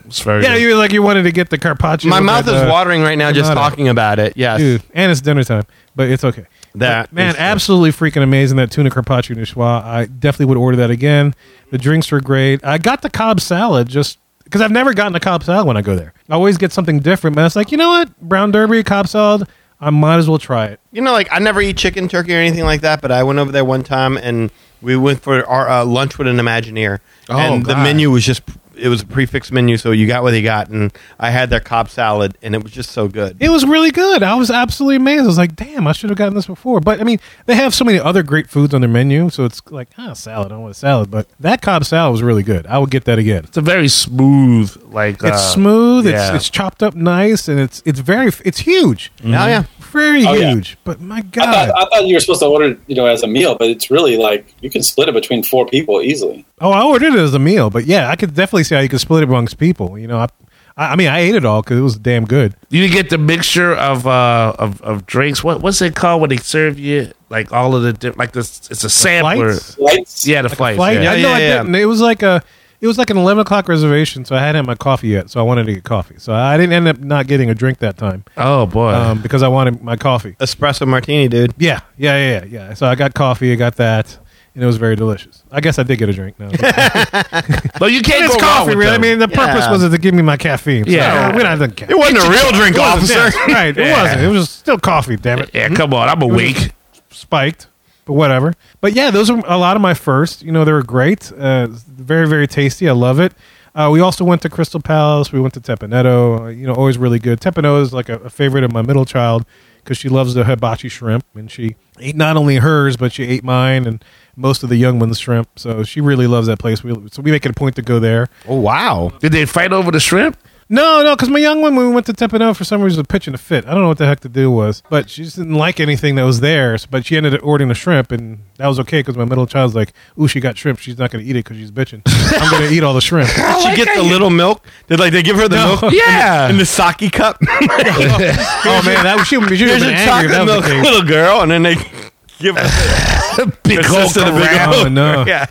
[SPEAKER 7] it's very.
[SPEAKER 2] Yeah, you like you wanted to get the carpaccio.
[SPEAKER 3] My mouth
[SPEAKER 2] but,
[SPEAKER 3] is
[SPEAKER 2] uh,
[SPEAKER 3] watering right now just
[SPEAKER 2] not a-
[SPEAKER 3] talking about it. Yes.
[SPEAKER 2] dude, and it's dinner time, but it's okay.
[SPEAKER 3] That
[SPEAKER 2] man,
[SPEAKER 3] is-
[SPEAKER 2] absolutely freaking amazing that tuna carpaccio nichois. I definitely would order that again. The drinks were great. I got the Cobb salad just because I've never gotten a Cobb salad when I go there. I always get something different, but it's like you know what, brown derby Cobb salad. I might as well try it.
[SPEAKER 3] You know, like I never eat chicken, turkey, or anything like that. But I went over there one time and we went for our uh, lunch with an Imagineer,
[SPEAKER 2] Oh,
[SPEAKER 3] and the
[SPEAKER 7] God.
[SPEAKER 3] menu was just it was a prefix menu, so you got what you got. And I had their cob salad, and it was just so good.
[SPEAKER 2] It was really good. I was absolutely amazed. I was like, damn, I should have gotten this before. But I mean, they have so many other great foods on their menu, so it's like, ah, salad. I don't want a salad, but that Cobb salad was really good. I would get that again.
[SPEAKER 7] It's a very smooth, like uh,
[SPEAKER 2] It's smooth.
[SPEAKER 7] yeah.
[SPEAKER 2] It's it's chopped up nice, and it's it's very it's huge,
[SPEAKER 3] Oh yeah,
[SPEAKER 2] very
[SPEAKER 8] Oh, yeah.
[SPEAKER 2] huge. But my
[SPEAKER 8] I thought, uh,
[SPEAKER 2] god!
[SPEAKER 8] I thought you were supposed to order, it, you know, as a meal, but it's really like you can split it between four people easily.
[SPEAKER 2] oh, I ordered it as a meal, but yeah, I could definitely see how you could split it amongst people. You know, I I I mean, I ate it all because it was damn good.
[SPEAKER 7] You get the mixture of uh of, of drinks. What what's it called when they serve you like all of the di- like this? It's a sampler.
[SPEAKER 2] Flights,
[SPEAKER 8] Lights.
[SPEAKER 7] Yeah, the flights.
[SPEAKER 2] flight.
[SPEAKER 7] yeah.
[SPEAKER 2] I know
[SPEAKER 3] Yeah,
[SPEAKER 2] I
[SPEAKER 3] yeah, yeah.
[SPEAKER 2] didn't. It was like a. It was like an eleven o'clock reservation, so I hadn't had my coffee yet. So I wanted to get coffee, so I didn't end up not getting a drink that time
[SPEAKER 7] Oh boy.
[SPEAKER 2] um, because I wanted my coffee.
[SPEAKER 3] espresso martini, dude.
[SPEAKER 2] Yeah, yeah, yeah, yeah, yeah. So I got coffee, I got that, and it was very delicious. I guess I did get a drink. No,
[SPEAKER 7] no, you can't
[SPEAKER 2] it's
[SPEAKER 7] go wrong
[SPEAKER 2] coffee,
[SPEAKER 7] with
[SPEAKER 2] really. I
[SPEAKER 7] them.
[SPEAKER 2] mean, the purpose
[SPEAKER 3] Yeah.
[SPEAKER 2] was to give me my caffeine. So
[SPEAKER 7] Yeah.
[SPEAKER 2] we're not done. Caffeine.
[SPEAKER 3] It wasn't a real drink, officer.
[SPEAKER 2] Yeah, right. Mm-hmm. It
[SPEAKER 7] Yeah.
[SPEAKER 2] wasn't. It was still coffee. Damn it.
[SPEAKER 7] yeah, come on. I'm awake.
[SPEAKER 2] Spiked, but whatever. But yeah, those are a lot of my first. You know, they were great. Uh, very, very tasty. I love it. Uh, we also went to Crystal Palace. We went to Tepanetto. Uh, you know, always really good. Tepanetto is like a, a favorite of my middle child because she loves the hibachi shrimp and she ate not only hers but she ate mine and most of the young ones shrimp. So she really loves that place. We, so we make it a point to go there.
[SPEAKER 3] Oh wow,
[SPEAKER 7] Did they fight over the shrimp?
[SPEAKER 2] No, no, because my young one, when we went to Tepano, for some reason, was pitching a fit. I don't know what the heck the deal was, but she just didn't like anything that was there. so- But she ended up ordering the shrimp, and that was okay because my middle child's like, "Ooh, she got shrimp. She's not going to eat it because she's bitching. I'm going to eat all the shrimp."
[SPEAKER 3] did she get the little milk? Did like they give her the milk?
[SPEAKER 7] Yeah.
[SPEAKER 3] in the sake cup.
[SPEAKER 2] oh man, that she, would- she would have
[SPEAKER 3] Here's
[SPEAKER 2] been
[SPEAKER 3] a
[SPEAKER 2] angry. if
[SPEAKER 3] chocolate
[SPEAKER 2] That was
[SPEAKER 3] milk,
[SPEAKER 2] the case.
[SPEAKER 3] little girl, and then they give her.
[SPEAKER 7] big old
[SPEAKER 3] sister, the big
[SPEAKER 7] crab.
[SPEAKER 2] Oh no,
[SPEAKER 3] Yeah.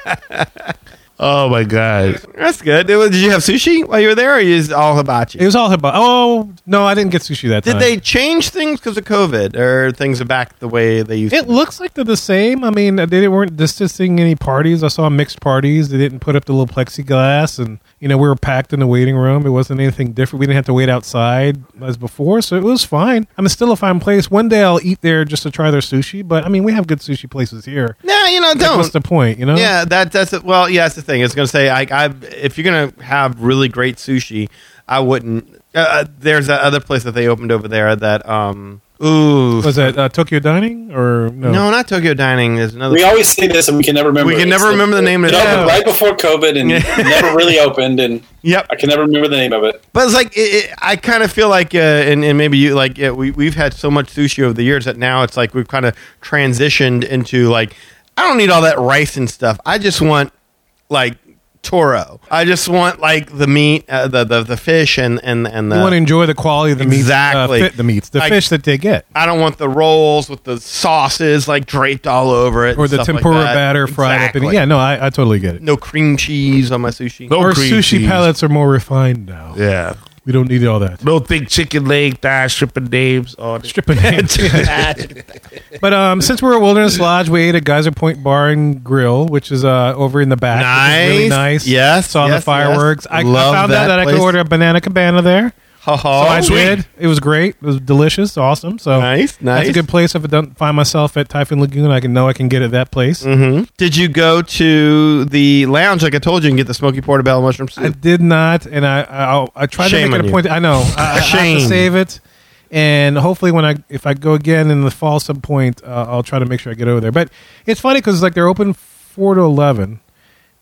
[SPEAKER 7] Oh my god.
[SPEAKER 3] That's good. It was- Did you have sushi while you were there, or you just all hibachi?
[SPEAKER 2] it was all hibachi. Oh no, I didn't get sushi that
[SPEAKER 3] Did
[SPEAKER 2] time.
[SPEAKER 3] they change things because of COVID, or things are back the way they used?
[SPEAKER 2] It
[SPEAKER 3] to?
[SPEAKER 2] looks like they're the same. I mean, they didn't- weren't distancing any parties. I saw mixed parties. They didn't put up the little plexiglass, and you know we were packed in the waiting room. It wasn't anything different. We didn't have to wait outside as before, so it was fine. I mean, it's still a fine place. One day I'll eat there just to try their sushi. But I mean, we have good sushi places here.
[SPEAKER 3] No, you know,
[SPEAKER 2] Like,
[SPEAKER 3] don't.
[SPEAKER 2] What's the point? You know?
[SPEAKER 3] yeah, that that's it. well, yeah, that's the thing. It's gonna say, I, I, if you're gonna have really great sushi, I wouldn't. Uh, Uh, there's that other place that they opened over there that, um, ooh,
[SPEAKER 2] Was that uh, Tokyo Dining or no?
[SPEAKER 3] no, not Tokyo Dining. There's another.
[SPEAKER 8] We always say this, and we can never remember.
[SPEAKER 3] We can
[SPEAKER 8] It's
[SPEAKER 3] never remember the name of
[SPEAKER 8] it.
[SPEAKER 3] it.
[SPEAKER 8] opened right before COVID, and never really opened, and
[SPEAKER 3] yep,
[SPEAKER 8] I can never remember the name of it.
[SPEAKER 3] But it's like it, it, I kind of feel like, uh, and, and maybe you like yeah, we we've had so much sushi over the years that now it's like we've kind of transitioned into like I don't need all that rice and stuff. I just want like toro. I just want like the meat, uh, the, the the fish, and and and the.
[SPEAKER 2] You want to enjoy the quality of the meats,
[SPEAKER 3] Exactly.
[SPEAKER 2] uh, fit the meats, the
[SPEAKER 3] Like-
[SPEAKER 2] fish that they get,
[SPEAKER 3] I don't want the rolls with the sauces like draped all over it,
[SPEAKER 2] or
[SPEAKER 3] and
[SPEAKER 2] the
[SPEAKER 3] stuff like
[SPEAKER 2] tempura
[SPEAKER 3] that.
[SPEAKER 2] batter fried up.
[SPEAKER 3] Exactly.
[SPEAKER 2] And, yeah, no, I, I totally get it.
[SPEAKER 3] no cream cheese on my sushi.
[SPEAKER 7] No
[SPEAKER 2] Our
[SPEAKER 7] cream
[SPEAKER 2] sushi
[SPEAKER 7] cheese.
[SPEAKER 2] palettes are more refined now.
[SPEAKER 7] Yeah.
[SPEAKER 2] We don't need all that.
[SPEAKER 7] No thick chicken leg, thighs, stripping names. All that.
[SPEAKER 2] Stripping hands. But um, since we're at Wilderness Lodge, we ate at Geyser Point Bar and Grill, which is uh, over in the back. which is really
[SPEAKER 3] Nice.
[SPEAKER 2] nice.
[SPEAKER 3] Yes,
[SPEAKER 2] Saw
[SPEAKER 3] yes,
[SPEAKER 2] the fireworks.
[SPEAKER 3] yes.
[SPEAKER 2] I, I
[SPEAKER 3] Love
[SPEAKER 2] found out
[SPEAKER 3] that
[SPEAKER 2] that, I could
[SPEAKER 3] place.
[SPEAKER 2] order a banana cabana there.
[SPEAKER 3] Ha
[SPEAKER 2] So
[SPEAKER 3] ha!
[SPEAKER 2] I did. It was great. It was delicious. Awesome. So
[SPEAKER 3] Nice,
[SPEAKER 2] That's
[SPEAKER 3] nice.
[SPEAKER 2] a good place if I don't find myself at Typhoon Lagoon. I can know I can get at that place.
[SPEAKER 3] Did you go to the lounge like I told you and get the smoky portobello mushroom soup?
[SPEAKER 2] I did not, and I I, I tried to
[SPEAKER 3] Shame
[SPEAKER 2] make
[SPEAKER 3] on
[SPEAKER 2] it a
[SPEAKER 3] you.
[SPEAKER 2] point. I know. I, I have to
[SPEAKER 3] Shame.
[SPEAKER 2] save it, and hopefully, when I if I go again in the fall some point, uh, I'll try to make sure I get over there. But it's funny because like they're open four to eleven,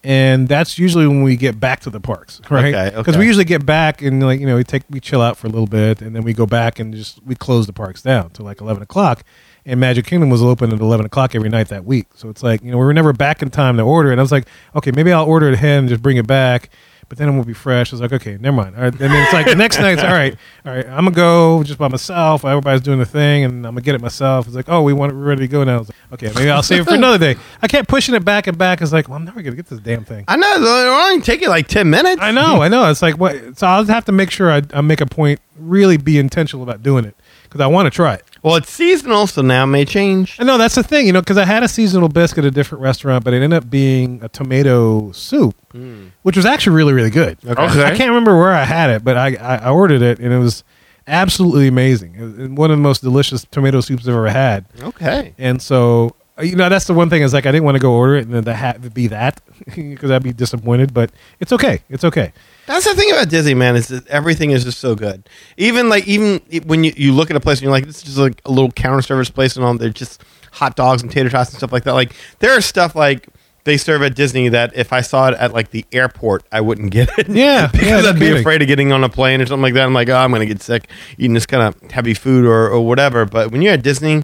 [SPEAKER 2] and that's usually when we get back to the parks, right?
[SPEAKER 3] Okay, okay.
[SPEAKER 2] we usually get back and like you know we take we chill out for a little bit, and then we go back and just we close the parks down to like eleven o'clock. And Magic Kingdom was open at eleven o'clock every night that week, so it's like you know we were never back in time to order. And I was like, okay, maybe I'll order it ahead and just bring it back. but then it won't be fresh. It's like, okay, never mind. All right, and then it's like the next night, it's all right, all right, I'm gonna go just by myself. Everybody's doing the thing, and I'm gonna get it myself. It's like, oh, we want it we're ready to go now. It's like, okay, maybe I'll save it for another day. I kept pushing it back and back. It's like, well, I'm never gonna get this damn thing.
[SPEAKER 3] I know. It only take it like ten minutes.
[SPEAKER 2] I know, I know. It's like what? So I'll have to make sure I, I make a point, really be intentional about doing it because I want to try it.
[SPEAKER 3] Well, it's seasonal, so now it may change.
[SPEAKER 2] I know that's the thing, you know, because I had a seasonal biscuit at a different restaurant, but it ended up being a tomato soup,
[SPEAKER 3] Hmm.
[SPEAKER 2] which was actually really, really good.
[SPEAKER 7] Okay.
[SPEAKER 2] I can't remember where I had it, but I, I I ordered it and it was absolutely amazing. It was one of the most delicious tomato soups I've ever had.
[SPEAKER 3] Okay.
[SPEAKER 2] And so, uh, you know, that's the one thing is like I didn't want to go order it and then the hat would be that because I'd be disappointed. But it's okay. It's okay.
[SPEAKER 3] That's the thing about Disney, man, is that everything is just so good. Even like even i- when you, you look at a place and you're like, this is just like a little counter service place and all they're just hot dogs and tater tots and stuff like that. Like there are stuff like they serve at Disney that if I saw it at like the airport, I wouldn't get it.
[SPEAKER 2] Yeah, yeah,
[SPEAKER 3] because
[SPEAKER 2] no
[SPEAKER 3] I'd be
[SPEAKER 2] kidding.
[SPEAKER 3] afraid of getting on a plane or something like that. I'm like, oh, I'm gonna get sick eating this kind of heavy food or, or whatever. But when you're at Disney,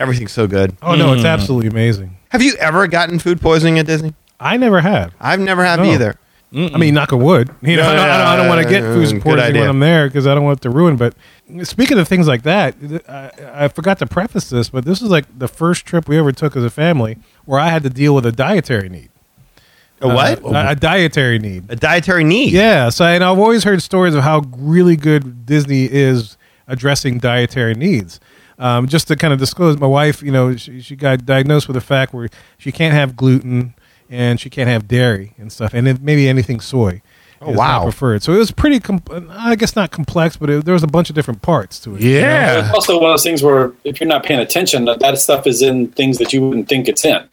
[SPEAKER 3] everything's so good.
[SPEAKER 2] Oh no, it's absolutely amazing.
[SPEAKER 3] Have you ever gotten food poisoning at Disney?
[SPEAKER 2] I never have.
[SPEAKER 3] I've never had
[SPEAKER 2] No.
[SPEAKER 3] either.
[SPEAKER 2] I mean, knock a wood. You know,
[SPEAKER 3] No,
[SPEAKER 2] I don't,
[SPEAKER 3] yeah,
[SPEAKER 2] I don't, want to get
[SPEAKER 3] yeah,
[SPEAKER 2] food
[SPEAKER 3] good
[SPEAKER 2] poisoning when
[SPEAKER 3] idea.
[SPEAKER 2] I'm there because I don't want it to ruin. But speaking of things like that, th- I, I forgot to preface this, but this is like the first trip we ever took as a family where I had to deal with a dietary need.
[SPEAKER 3] A what?
[SPEAKER 2] Uh, a, a dietary need.
[SPEAKER 3] a dietary need.
[SPEAKER 2] Yeah. So, and I've always heard stories of how really good Disney is addressing dietary needs. Um, just to kind of disclose, my wife, you know, she, she got diagnosed with a fact where she can't have gluten and she can't have dairy and stuff, and then maybe anything soy. Oh,
[SPEAKER 3] wow.
[SPEAKER 2] Preferred. So it was pretty, com- I guess not complex, but it, there was a bunch of different parts to it. you know?
[SPEAKER 7] Yeah.
[SPEAKER 8] It's also one of those things where if you're not paying attention, that, that stuff is in things that you wouldn't think it's in.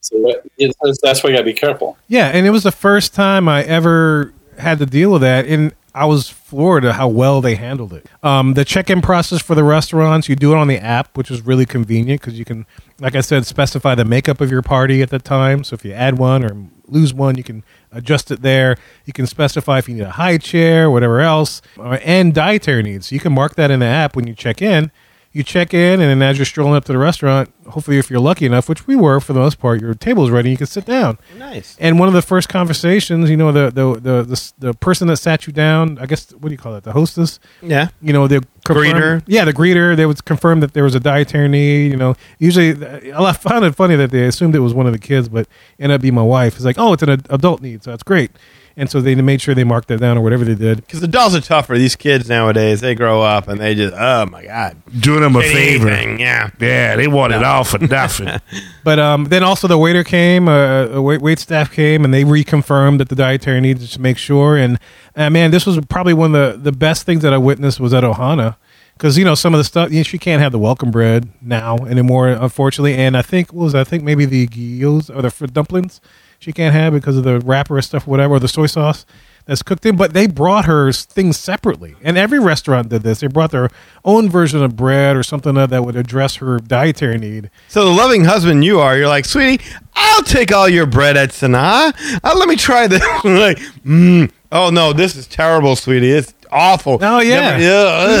[SPEAKER 8] So that- it's, that's why you got to be careful.
[SPEAKER 2] Yeah, and it was the first time I ever had to deal with that, and I was floored at how well they handled it. Um, the check-in process for the restaurants, you do it on the app, which is really convenient because you can, like I said, specify the makeup of your party at the time. So if you add one or lose one, you can adjust it there. You can specify if you need a high chair, whatever else, uh, and dietary needs. So you can mark that in the app when you check in. You check in, and then as you're strolling up to the restaurant, hopefully, if you're lucky enough, which we were for the most part, your table's ready, you can sit down.
[SPEAKER 3] Nice.
[SPEAKER 2] And one of the first conversations, you know, the the the the, the person that sat you down, I guess, what do you call it, the hostess?
[SPEAKER 3] Yeah.
[SPEAKER 2] You know, the confirm-
[SPEAKER 3] Greeter.
[SPEAKER 2] Yeah, the greeter. They would confirm that there was a dietary need. You know, usually I found it funny that they assumed it was one of the kids, but ended up being my wife. It's like, oh, it's an ad- adult need, so that's great. And so they made sure they marked that down or whatever they did.
[SPEAKER 3] Because the dolls are tougher. These kids nowadays, they grow up and they just, oh my God.
[SPEAKER 7] Doing them a favor.
[SPEAKER 3] Anything, yeah.
[SPEAKER 7] Yeah, they want it all for nothing.
[SPEAKER 2] But um, then also the waiter came, uh, a wait, wait staff came, and they reconfirmed that the dietary needs to make sure. And uh, man, this was probably one of the, the best things that I witnessed was at Ohana. Because you know some of the stuff you know, she can't have the welcome bread now anymore, unfortunately. And I think what was it? I think maybe the gyoza or the fr- dumplings she can't have because of the wrapper or stuff, whatever, or the soy sauce that's cooked in. But they brought her things separately, and every restaurant did this. They brought their own version of bread or something that that would address her dietary need.
[SPEAKER 3] So the loving husband you are, you're like, sweetie, I'll take all your bread at Sanaa. Uh, let me try this. like, mm, oh no, this is terrible, sweetie. It's awful.
[SPEAKER 2] Oh, yeah.
[SPEAKER 3] Never-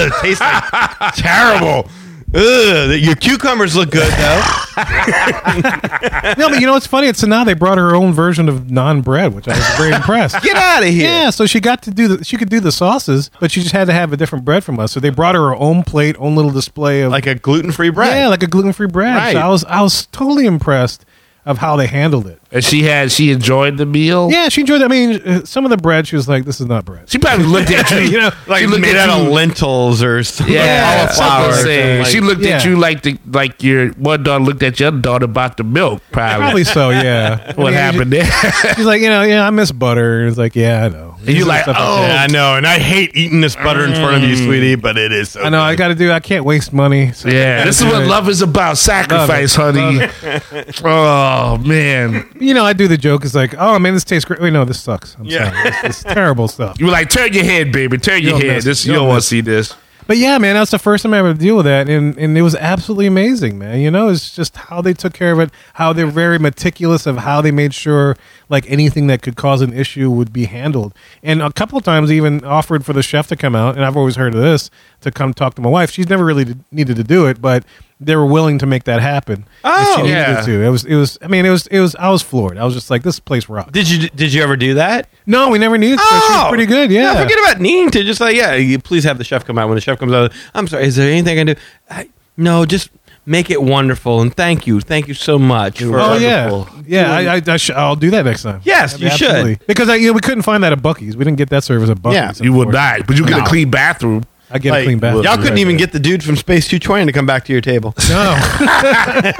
[SPEAKER 3] ugh, ugh, it tastes like terrible. Ugh, your cucumbers look good though.
[SPEAKER 2] No, but you know what's funny? It's now they brought her own version of non bread, which I was very impressed.
[SPEAKER 3] Get out of here.
[SPEAKER 2] Yeah, so she got to do the she could do the sauces, but she just had to have a different bread from us. So they brought her her own plate, own little display of
[SPEAKER 3] Like a gluten free bread.
[SPEAKER 2] yeah, like a gluten free bread.
[SPEAKER 3] Right.
[SPEAKER 2] So I was I was totally impressed of how they handled it.
[SPEAKER 7] and she had, she enjoyed the meal.
[SPEAKER 2] Yeah, she enjoyed. It. I mean, uh, some of the bread she was like, "This is not bread."
[SPEAKER 7] She probably looked at you,
[SPEAKER 3] you know, like
[SPEAKER 7] she looked
[SPEAKER 3] made
[SPEAKER 7] at
[SPEAKER 3] out
[SPEAKER 7] you-
[SPEAKER 3] of lentils or something.
[SPEAKER 7] Yeah,
[SPEAKER 3] cauliflower.
[SPEAKER 7] something saying.
[SPEAKER 3] Like-
[SPEAKER 7] she looked at
[SPEAKER 2] Yeah.
[SPEAKER 7] you like the like your one daughter looked at your other daughter about the milk. Probably,
[SPEAKER 2] Probably so. Yeah.
[SPEAKER 7] what happened there.
[SPEAKER 2] She's like, you know, yeah, I miss butter. It's like, yeah, I know.
[SPEAKER 7] and you're like,
[SPEAKER 2] Stuff like
[SPEAKER 7] oh,
[SPEAKER 2] that.
[SPEAKER 3] Yeah, I know, and I hate eating this butter in front of you, sweetie, but it is. So
[SPEAKER 2] I know. I got to do. I can't waste money. So
[SPEAKER 7] yeah. This is what love is about: sacrifice, honey. oh man,
[SPEAKER 2] You know, I do the joke. It's like, oh man, this tastes great. Wait, no, this sucks. I'm
[SPEAKER 3] Yeah.
[SPEAKER 2] sorry. This is terrible stuff.
[SPEAKER 7] you were like, turn your head, baby, turn your
[SPEAKER 2] You'll
[SPEAKER 7] head.
[SPEAKER 2] miss-
[SPEAKER 7] This you
[SPEAKER 2] you'll
[SPEAKER 7] don't want to
[SPEAKER 2] miss.
[SPEAKER 7] see this.
[SPEAKER 2] But yeah, man, that's the first time I ever deal with that, and and it was absolutely amazing, man. You know, it's just how they took care of it, how they're very meticulous of how they made sure like anything that could cause an issue would be handled. And a couple times even offered for the chef to come out, and I've always heard of this to come talk to my wife. She's never really d- needed to do it, but they were willing to make that happen.
[SPEAKER 3] Oh,
[SPEAKER 2] If she needed
[SPEAKER 7] yeah.
[SPEAKER 2] it to. It was it was I mean it was it was I was floored. I was just like this place rocks.
[SPEAKER 3] Did you did you ever do that?
[SPEAKER 2] No, we never needed. Oh, she was pretty good. Yeah.
[SPEAKER 3] No, forget about needing to. Just like yeah, you please have the chef come out. When the chef comes out, I'm sorry. Is there anything I can do? I, no, just make it wonderful and thank you, thank you so much. For
[SPEAKER 2] Oh yeah, yeah. I, I, I sh- I'll do that next time.
[SPEAKER 3] Yes, you should.
[SPEAKER 2] because I, you know, we couldn't find that at Bucky's. We didn't get that service at Bucky's.
[SPEAKER 7] You will
[SPEAKER 2] unfortunately.
[SPEAKER 7] die, but you get a clean bathroom.
[SPEAKER 2] I get
[SPEAKER 3] Like,
[SPEAKER 2] a clean bathroom.
[SPEAKER 3] Y'all couldn't even get the dude from Space 220 to come back to your table.
[SPEAKER 2] No,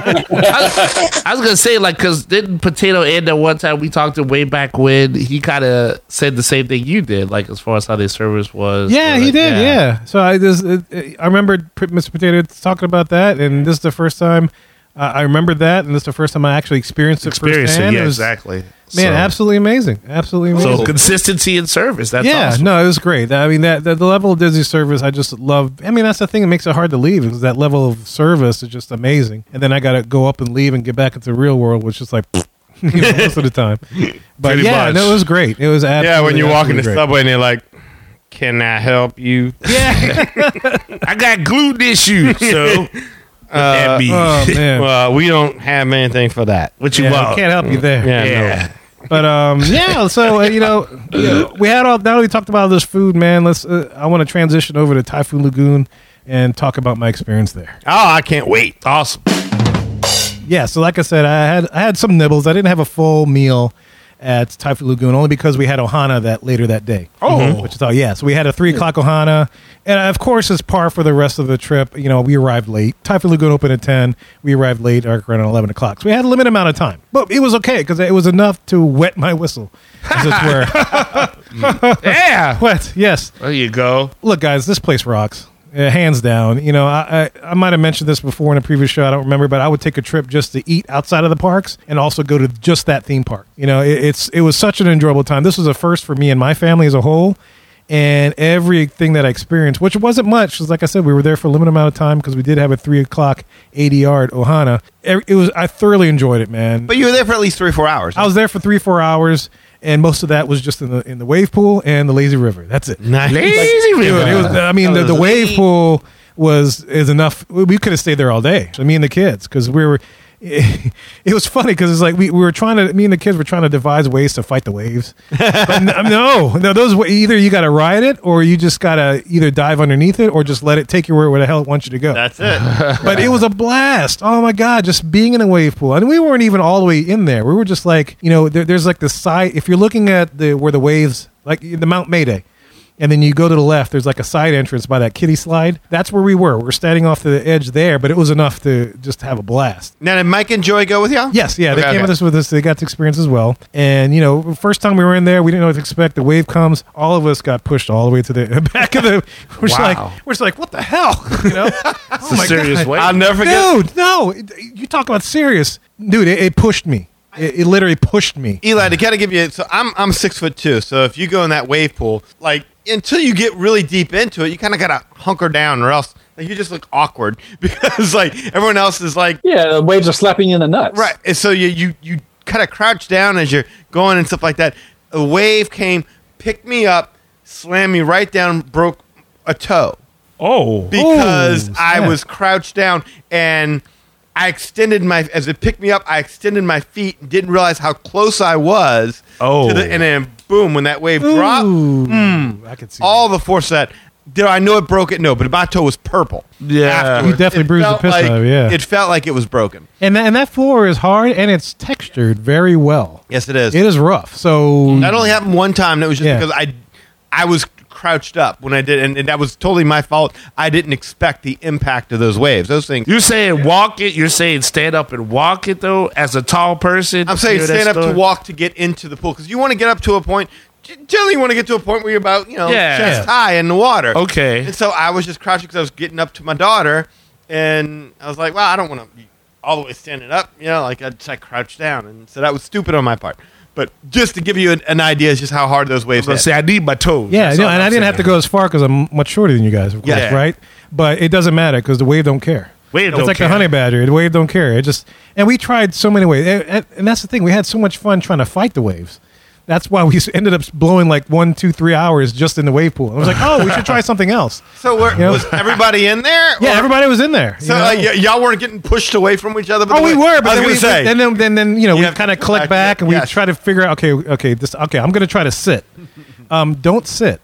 [SPEAKER 7] I was gonna say like, cause didn't Potato end that one time we talked to way back when he kind of said the same thing you did, like as far as how their service was.
[SPEAKER 2] yeah,
[SPEAKER 7] Like,
[SPEAKER 2] he did. Yeah. So I just, uh, uh, I remember P- Mr. Potato talking about that, and this is the first time uh, I remember that, and this is the first time I actually experienced it.
[SPEAKER 7] Experience it,
[SPEAKER 2] firsthand.
[SPEAKER 7] yeah,
[SPEAKER 2] It was-
[SPEAKER 7] exactly.
[SPEAKER 2] Man,
[SPEAKER 7] So-
[SPEAKER 2] absolutely amazing. Absolutely amazing.
[SPEAKER 7] So consistency in service. That's
[SPEAKER 2] yeah,
[SPEAKER 7] awesome.
[SPEAKER 2] no, it was great. I mean, that, that the level of Disney service, I just love. I mean, that's the thing that makes it hard to leave is that level of service is just amazing. And then I got to go up and leave and get back into the real world, which is like you know, most of the time. But
[SPEAKER 7] Pretty
[SPEAKER 2] yeah,
[SPEAKER 7] much.
[SPEAKER 2] no, it was great. It was absolutely,
[SPEAKER 3] yeah, when you walk in the
[SPEAKER 2] absolutely great.
[SPEAKER 3] subway and they're like, "Can I help you?"
[SPEAKER 7] I got gluten issues, so at me.
[SPEAKER 2] Oh man,
[SPEAKER 3] Well, we don't have anything for that.
[SPEAKER 7] what you
[SPEAKER 2] yeah, I
[SPEAKER 7] want?
[SPEAKER 2] can't help you there.
[SPEAKER 3] Yeah,
[SPEAKER 7] yeah.
[SPEAKER 2] But um, yeah. So uh, you know, yeah, we had all. Now that we talked about this food, man. Let's. Uh, I want to transition over to Typhoon Lagoon and talk about my experience there.
[SPEAKER 3] no. Oh, I can't wait.
[SPEAKER 7] Awesome.
[SPEAKER 2] yeah, so like I said, I had I had some nibbles. I didn't have a full meal at Typhoon Lagoon only because we had Ohana that later that day. Oh, which I thought yeah. So we had a three o'clock Ohana, and of course, as par for the rest of the trip, you know, we arrived late. Typhoon Lagoon opened at ten. We arrived late, or around eleven o'clock. So we had a limited amount of time, but it was okay because it was enough to wet my whistle. As it were.
[SPEAKER 7] Yeah.
[SPEAKER 2] wet, yes
[SPEAKER 7] There you go.
[SPEAKER 2] look, guys, this place rocks. Uh, hands down, you know, I, I I might have mentioned this before in a previous show. I don't remember, but I would take a trip just to eat outside of the parks and also go to just that theme park. You know, it, it's it was such an enjoyable time. This was a first for me and my family as a whole, and everything that I experienced, which wasn't much, 'cause like I said, we were there for a limited amount of time because we did have a three o'clock eighty yard Ohana. Every- It was I thoroughly enjoyed it, man.
[SPEAKER 3] But you were there for at least three, or four hours.
[SPEAKER 2] I was there for three four hours, and most of that was just in the in the wave pool and the lazy river. That's it.
[SPEAKER 3] nice.
[SPEAKER 7] Lazy
[SPEAKER 2] Dude, it was, I mean, the, the wave pool was is enough. We we could have stayed there all day. So me and the kids, because we were. It, was funny because it's like we, we were trying to. Me and the kids were trying to devise ways to fight the waves. But n- no, no, those wa- either you got to ride it or you just got to either dive underneath it or just let it take you where, where the hell it wants you to go
[SPEAKER 3] That's it.
[SPEAKER 2] but it was a blast. Oh my god, just being in a wave pool, and we weren't even all the way in there. We were just like, you know, there, there's like the side. If you're looking at the where the waves, like the Mount Mayday, and then you go to the left, there's like a side entrance by that kiddie slide. That's where we were. We were standing off to the edge there, but it was enough to just have a blast.
[SPEAKER 3] now, did Mike and Joy go with y'all?
[SPEAKER 2] Yes, yeah, they
[SPEAKER 3] Okay,
[SPEAKER 2] came
[SPEAKER 3] okay.
[SPEAKER 2] with us with us. They got to experience as well. And you know, first time we were in there, we didn't know what to expect. The wave comes, all of us got pushed all the way to the back of the. We're just
[SPEAKER 7] Wow.
[SPEAKER 2] like, we're just like, what the hell? You know,
[SPEAKER 7] It's a serious way.
[SPEAKER 3] I'll never forget.
[SPEAKER 2] dude no It- you talk about serious dude it, it pushed me it, it literally pushed me
[SPEAKER 3] Eli, to kind of give you, so I'm I'm six foot two. So if you go in that wave pool, like until you get really deep into it, you kind of gotta hunker down, or else like, you just look awkward because like everyone else is like
[SPEAKER 9] Yeah, the waves are slapping you in the nuts.
[SPEAKER 3] right. And so you you you kind of crouch down as you're going and stuff like that. A wave came, picked me up, slammed me right down, broke a toe
[SPEAKER 2] oh
[SPEAKER 3] because I
[SPEAKER 2] snap.
[SPEAKER 3] was crouched down and I extended my as it picked me up. I extended my feet and didn't realize how close I was.
[SPEAKER 7] Oh.
[SPEAKER 3] to the, and then boom! When that wave dropped,
[SPEAKER 2] Ooh, i could see
[SPEAKER 3] all the force of that. Did I know it broke it? No, but my toe was purple.
[SPEAKER 7] Yeah.
[SPEAKER 3] afterwards.
[SPEAKER 2] You definitely
[SPEAKER 3] It
[SPEAKER 2] bruised the
[SPEAKER 3] felt
[SPEAKER 2] piss out
[SPEAKER 3] like-
[SPEAKER 2] of it, yeah.
[SPEAKER 3] it felt like it was broken.
[SPEAKER 2] that. and that, and that floor is hard and it's textured very well
[SPEAKER 3] Yes, Mm. it is.
[SPEAKER 2] it is rough so
[SPEAKER 3] That only happened one time. and It was just
[SPEAKER 2] Yeah.
[SPEAKER 3] because I, I was crouched up when I did, and, and that was totally my fault. I didn't expect the impact of those waves. Those things.
[SPEAKER 7] You're saying walk it. You're saying stand up and walk it though. As a tall person,
[SPEAKER 3] I'm saying
[SPEAKER 7] you know that
[SPEAKER 3] stand up
[SPEAKER 7] story?
[SPEAKER 3] to walk to get into the pool because you want to get up to a point. g- Generally, you want to get to a point where you're about you know
[SPEAKER 7] Yeah.
[SPEAKER 3] chest high in the water.
[SPEAKER 7] Okay.
[SPEAKER 3] And so I was just crouching because I was getting up to my daughter, and I was like, "Well, I don't want to be all the way standing up." You know, like I just I crouched down, and so that was stupid on my part. But just to give you an, an idea, is just how hard those waves.
[SPEAKER 7] I
[SPEAKER 3] hit.
[SPEAKER 7] say I need my toes.
[SPEAKER 2] yeah
[SPEAKER 7] That's
[SPEAKER 2] no,
[SPEAKER 7] all
[SPEAKER 2] and
[SPEAKER 7] I'm
[SPEAKER 2] i didn't
[SPEAKER 7] saying.
[SPEAKER 2] have to go as far because i'm much shorter than you guys of course
[SPEAKER 3] Yeah.
[SPEAKER 2] right but it doesn't matter because the wave don't care
[SPEAKER 7] Wave
[SPEAKER 2] it's
[SPEAKER 7] don't
[SPEAKER 2] like
[SPEAKER 7] care.
[SPEAKER 2] a honey badger the wave don't care it just and we tried so many ways and, and- and that's the thing we had so much fun trying to fight the waves That's why we s- ended up blowing like one, two, three hours just in the wave pool. I was like, oh, we should try something else.
[SPEAKER 3] So were,
[SPEAKER 2] Yeah.
[SPEAKER 3] was everybody in there?
[SPEAKER 2] Yeah,
[SPEAKER 3] Or-
[SPEAKER 2] everybody was in there. you
[SPEAKER 3] So
[SPEAKER 2] know?
[SPEAKER 3] uh, y- y'all weren't getting pushed away from each other. by
[SPEAKER 2] Oh,
[SPEAKER 3] the
[SPEAKER 2] we
[SPEAKER 3] way?
[SPEAKER 2] were, but
[SPEAKER 3] I
[SPEAKER 2] then, we,
[SPEAKER 3] was gonna say.
[SPEAKER 2] then, then, then, then, you know,
[SPEAKER 3] You
[SPEAKER 2] we
[SPEAKER 3] have to
[SPEAKER 2] kind of
[SPEAKER 3] go
[SPEAKER 2] click
[SPEAKER 3] back,
[SPEAKER 2] back and we
[SPEAKER 3] yes.
[SPEAKER 2] try to figure out. Okay, okay, this. Okay, I'm going to try to sit. Um, don't sit.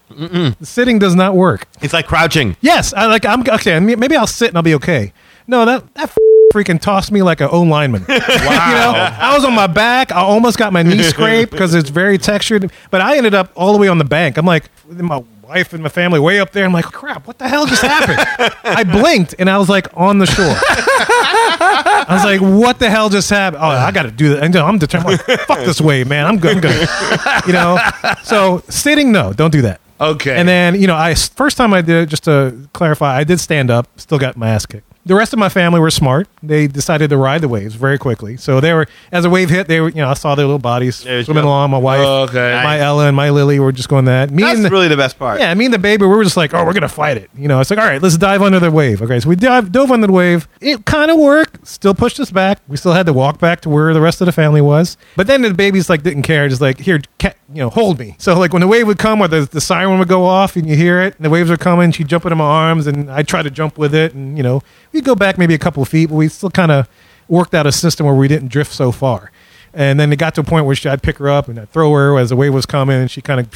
[SPEAKER 2] Sitting does not work.
[SPEAKER 3] it's like crouching.
[SPEAKER 2] Yes, I like. I'm okay. I mean, Maybe I'll sit and I'll be okay. No, that that f- freaking tossed me like an O lineman. Wow. I was on my back. I almost got my knee scraped because it's very textured. But I ended up all the way on the bank. I'm like my wife and my family way up there. I'm like, crap, what the hell just happened? I blinked and I was like on the shore. I was like, what the hell just happened? Oh, I got to do that. And I'm determined. I'm like, Fuck this way, man. I'm good. I'm good. You know. So sitting, no, don't do that.
[SPEAKER 7] Okay.
[SPEAKER 2] And then, you know, I first time I did it, just to clarify, I did stand up, still got my ass kicked. The rest of my family were smart. They decided to ride the waves very quickly. So they were, as a wave hit, they were, you know, I saw their little bodies
[SPEAKER 3] There you
[SPEAKER 2] swimming
[SPEAKER 3] go. Oh,
[SPEAKER 2] along. My wife,
[SPEAKER 7] Okay.
[SPEAKER 2] my Ella, and my Lily were just going that. Me
[SPEAKER 3] That's
[SPEAKER 2] and the,
[SPEAKER 3] really the best part.
[SPEAKER 2] yeah, me and the baby, we were just like, oh, we're gonna fight it. You know, it's like, all right, let's dive under the wave. Okay, so we dive, dove under the wave. It kind of worked. Still pushed us back. We still had to walk back to where the rest of the family was. But then the babies like didn't care. Just like, here, ca you know, hold me. So like when the wave would come or the, the siren would go off and you hear it, and the waves are coming, she'd jump into my arms and I would try to jump with it, and you know, we'd go back maybe a couple of feet, but we still kind of worked out a system where we didn't drift so far. And then it got to a point where she, I'd pick her up and I'd throw her as the wave was coming, and she kind of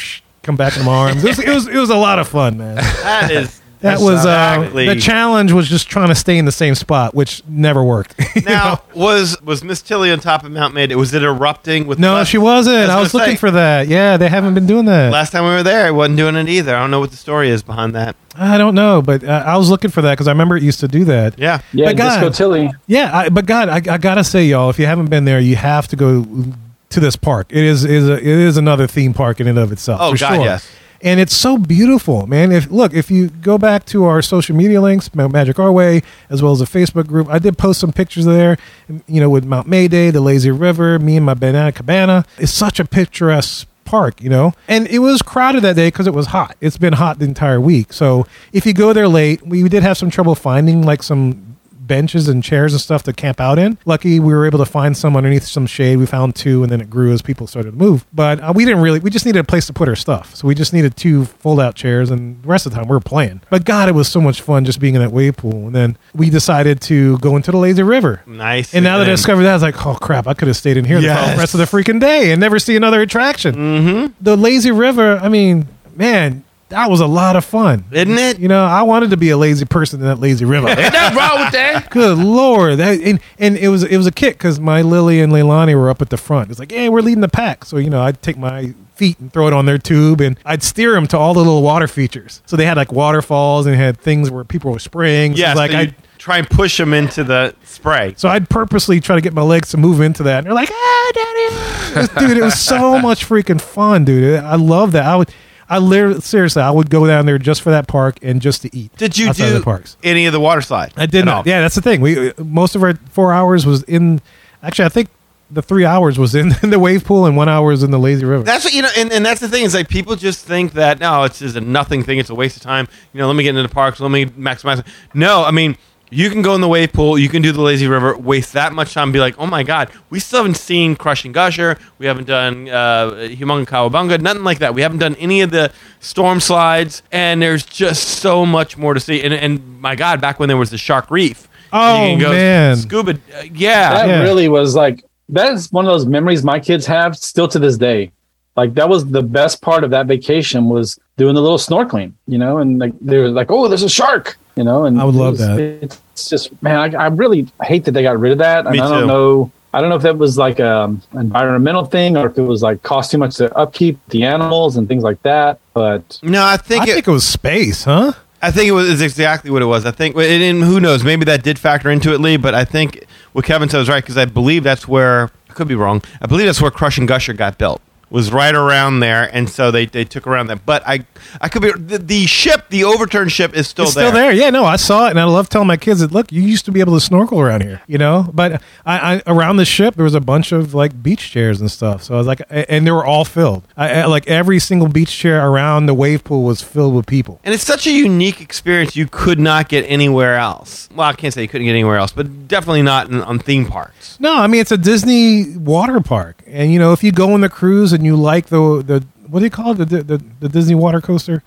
[SPEAKER 2] come back in my arms. It was, it was it was a lot of fun, man.
[SPEAKER 3] That is.
[SPEAKER 2] That was uh,
[SPEAKER 3] exactly-
[SPEAKER 2] the challenge was just trying to stay in the same spot, which never worked. You know?
[SPEAKER 3] Now was was Miss Tilly on top of Mount Maid? Was it erupting with?
[SPEAKER 2] no,
[SPEAKER 3] last-
[SPEAKER 2] she wasn't.
[SPEAKER 3] I was
[SPEAKER 2] I was
[SPEAKER 3] gonna
[SPEAKER 2] looking
[SPEAKER 3] say-
[SPEAKER 2] for that. Yeah, they haven't been doing that.
[SPEAKER 3] Last time we were there, I wasn't doing it either. I don't know what the story is behind that.
[SPEAKER 2] I don't know, but uh, I was looking for that because I remember it used to do that.
[SPEAKER 3] Yeah,
[SPEAKER 9] Yeah,
[SPEAKER 2] But God.
[SPEAKER 9] Disco Tilly.
[SPEAKER 2] Yeah, I, but God, I, I gotta say, y'all, if you haven't been there, you have to go to this park. It is is a, it is another theme park in and of itself.
[SPEAKER 3] Oh,
[SPEAKER 2] for
[SPEAKER 3] God,
[SPEAKER 2] sure.
[SPEAKER 3] yes.
[SPEAKER 2] And it's so beautiful, man. If look, if you go back to our social media links, Ma- Magic Our Way, as well as a Facebook group, I did post some pictures there. You know, with Mount Mayday, the Lazy River, me and my banana cabana. It's such a picturesque park, you know. And it was crowded that day because it was hot. It's been hot the entire week. So if you go there late, we did have some trouble finding like some benches and chairs and stuff to camp out in. Lucky we were able to find some underneath some shade. We found two, and then it grew as people started to move. But uh, we didn't really. We just needed a place to put our stuff, so we just needed two fold-out chairs, and the rest of the time we were playing. But God, it was so much fun just being in that wave pool. And then we decided to go into the lazy river.
[SPEAKER 3] nice.
[SPEAKER 2] And now that I discovered that, I was like, oh crap, I could have stayed in here
[SPEAKER 3] Yes.
[SPEAKER 2] the rest of the freaking day and never see another attraction. Mm-hmm. The lazy river. I mean, man. That was a lot of fun,
[SPEAKER 3] Isn't it?
[SPEAKER 2] You know, I wanted to be a lazy person in that lazy river.
[SPEAKER 7] Ain't nothing wrong with that.
[SPEAKER 2] Good lord! That, and and it was it was a kick because my Lily and Leilani were up at the front. It's like, hey, we're leading the pack, so you know I'd take my feet and throw it on their tube, and I'd steer them to all the little water features. So they had like waterfalls and had things where people were spraying.
[SPEAKER 3] yeah,
[SPEAKER 2] so like
[SPEAKER 3] so
[SPEAKER 2] I.
[SPEAKER 3] you try and push them into the spray.
[SPEAKER 2] So I'd purposely try to get my legs to move into that, and they're like, "Ah, daddy, It was- dude!" It was so much freaking fun, dude. I love that. I would, I literally, seriously, I would go down there just for that park and just to eat.
[SPEAKER 3] Did you
[SPEAKER 2] outside of
[SPEAKER 3] do
[SPEAKER 2] the parks?
[SPEAKER 3] any of the water slide?
[SPEAKER 2] I did
[SPEAKER 3] at
[SPEAKER 2] not.
[SPEAKER 3] all?
[SPEAKER 2] Yeah, that's the thing. We most of our four hours was in. Actually, I think the three hours was in, the wave pool and one hour was in the lazy river.
[SPEAKER 3] That's what you know, and, and that's the thing is like people just think that no, it's just a nothing thing. It's a waste of time. You know, let me get into the parks. Let me maximize. it. No, I mean you can go in the wave pool. You can do the lazy river. Waste that much time. Be like, oh my god, we still haven't seen Crushing Gusher. We haven't done uh, Humunga Kawabunga. Nothing like that. We haven't done any of the storm slides. And there's just so much more to see. And and my god, back when there was the Shark Reef.
[SPEAKER 2] Oh, man.
[SPEAKER 3] scuba. uh, yeah,
[SPEAKER 9] That
[SPEAKER 2] Yeah.
[SPEAKER 9] really was like that is one of those memories my kids have still to this day. Like that was the best part of that vacation was doing the little snorkeling, you know, and like they were like, "Oh, there's a shark," you know, and
[SPEAKER 2] I would
[SPEAKER 9] it
[SPEAKER 2] love
[SPEAKER 9] was-
[SPEAKER 2] that.
[SPEAKER 9] It's just man, I, I really hate that they got rid of that, and
[SPEAKER 3] Me
[SPEAKER 9] I
[SPEAKER 3] too.
[SPEAKER 9] don't know. I don't know if that was like um, an environmental thing or if it was like cost too much to upkeep the animals and things like that. But
[SPEAKER 3] no, I think
[SPEAKER 2] I
[SPEAKER 3] it,
[SPEAKER 2] think it was space, huh?
[SPEAKER 3] I think it was is exactly what it was. I think, and, and who knows? Maybe that did factor into it, Lee. But I think what Kevin said was right because I believe that's where I could be wrong. I believe that's where Crush and Gusher got built. Was right around there, and so they, they took around that. But I I could be the, the ship, the overturned ship, is still
[SPEAKER 2] It's
[SPEAKER 3] there.
[SPEAKER 2] still there. Yeah, no, I saw it, and I love telling my kids that look, you used to be able to snorkel around here, you know. But I, I around the ship, there was a bunch of like beach chairs and stuff. So I was like, and they were all filled. I, I- like every single beach chair around the wave pool was filled with people.
[SPEAKER 3] And it's such a unique experience you could not get anywhere else. Well, I can't say you couldn't get anywhere else, but definitely not in, on theme parks.
[SPEAKER 2] No, I mean it's a Disney water park. And you know, if you go on the cruise and you like the the what do you call it the the, the Disney water coaster?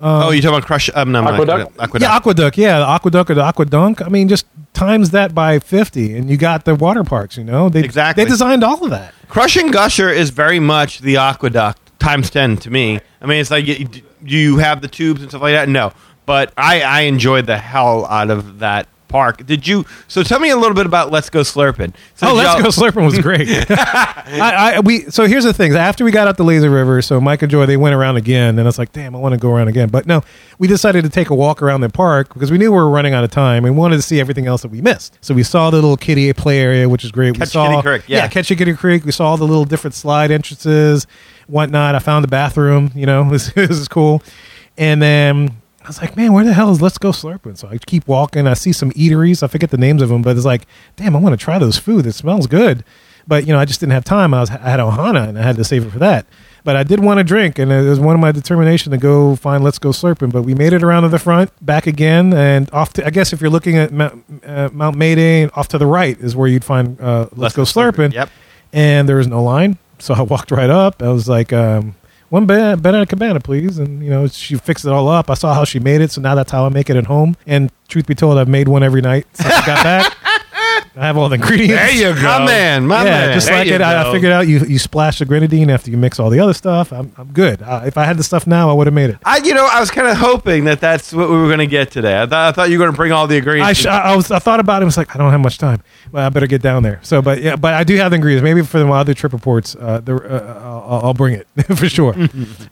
[SPEAKER 3] oh, you're talking about Crush? Um, no,
[SPEAKER 9] Aqueduct?
[SPEAKER 3] No, aqueduct.
[SPEAKER 2] Uh, Yeah, aqueduct. Yeah, the aqueduct or the aquadunk. I mean, just times that by fifty, and you got the water parks. You know, they
[SPEAKER 3] Exactly.
[SPEAKER 2] they designed all of that.
[SPEAKER 3] Crush and Gusher is very much the aqueduct times ten to me. I mean, it's like you, you have the tubes and stuff like that. No, but I I enjoyed the hell out of that park. Did you? So tell me a little bit about Let's Go Slurpin'. So
[SPEAKER 2] Oh,
[SPEAKER 3] did
[SPEAKER 2] let's
[SPEAKER 3] y'all-
[SPEAKER 2] go slurping was great. I, I we so here's the thing. After we got out the Laser River, so Mike and Joy they went around again, and it's like, damn, I want to go around again. But no, we decided to take a walk around the park because we knew we were running out of time and wanted to see everything else that we missed. So we saw the little kiddie play area, which is great. we
[SPEAKER 3] Catch
[SPEAKER 2] saw
[SPEAKER 3] Kitty Creek, yeah.
[SPEAKER 2] Ketchikan Creek. We saw all the little different slide entrances, whatnot. I found the bathroom. You know, this, this is cool. And then I was like, man, where the hell is Let's Go Slurping? So I keep walking. I see some eateries. I forget the names of them, but it's like, damn, I want to try those food. It smells good. But you know, I just didn't have time. I was I had Ohana and I had to save it for that. But I did want a drink, and it was one of my determination to go find Let's Go Slurping. But we made it around to the front, back again, and off. To, I guess if you're looking at Mount, uh, Mount Mayday, off to the right is where you'd find uh, Let's, Go Slurping
[SPEAKER 3] Yep.
[SPEAKER 2] and there was no line. So I walked right up. I was like, um, one banana, banana cabana, please. And, you know, she fixed it all up. I saw how she made it. So now that's how I make it at home. And truth be told, I've made one every night since I got back. I have all the ingredients.
[SPEAKER 7] There you go.
[SPEAKER 3] My man, my
[SPEAKER 2] yeah,
[SPEAKER 3] man.
[SPEAKER 2] just
[SPEAKER 7] There
[SPEAKER 2] like
[SPEAKER 7] you
[SPEAKER 2] it. I,
[SPEAKER 7] go.
[SPEAKER 2] I figured out you, you splash the grenadine after you mix all the other stuff. I'm, I'm good. Uh, if I had the stuff now, I would have made it.
[SPEAKER 3] I, you know, I was kind of hoping that that's what we were going to get today. I thought, I thought you were going to bring all the
[SPEAKER 2] I,
[SPEAKER 3] ingredients.
[SPEAKER 2] sh- I I was I thought about it. I was like, I don't have much time, but I better get down there. So, but yeah, but I do have the ingredients. Maybe for my other trip reports, uh, the, uh, I'll, I'll bring it for sure.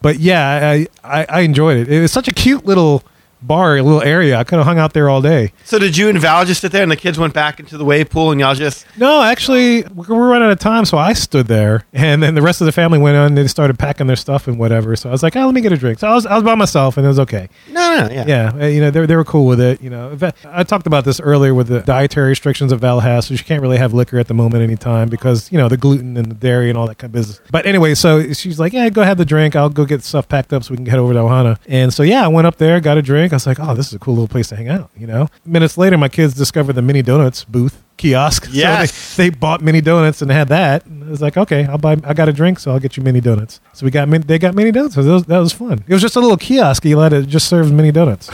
[SPEAKER 2] but yeah, I, I I enjoyed it. It was such a cute little bar, a little area. I could have hung out there all day.
[SPEAKER 3] so did you and Val just sit there, and the kids went back into the wave pool, and y'all just
[SPEAKER 2] No, actually, we were running out of time, so I stood there, and then the rest of the family went on. and They started packing their stuff and whatever. So I was like, oh, let me get a drink. So I was I was by myself, and it was okay.
[SPEAKER 3] no, no, no, yeah.
[SPEAKER 2] yeah, uh, you know they they were cool with it. You know, In fact, I talked about this earlier with the dietary restrictions that Val has, so she can't really have liquor at the moment any time because you know the gluten and the dairy and all that kind of business. But anyway, so she's like, "Yeah, go have the drink. I'll go get stuff packed up so we can head over to Ohana." And so yeah, I went up there, got a drink. I was like, "Oh, this is a cool little place to hang out." You know, minutes later, my kids discovered the mini donuts booth kiosk.
[SPEAKER 3] Yes.
[SPEAKER 2] So they, they bought mini donuts and had that. And I was like, okay, I'll buy. I got a drink, so I'll get you mini donuts. So we got mini, they got mini donuts. So that was, that was fun. It was just a little kiosk. You let it just serves mini donuts,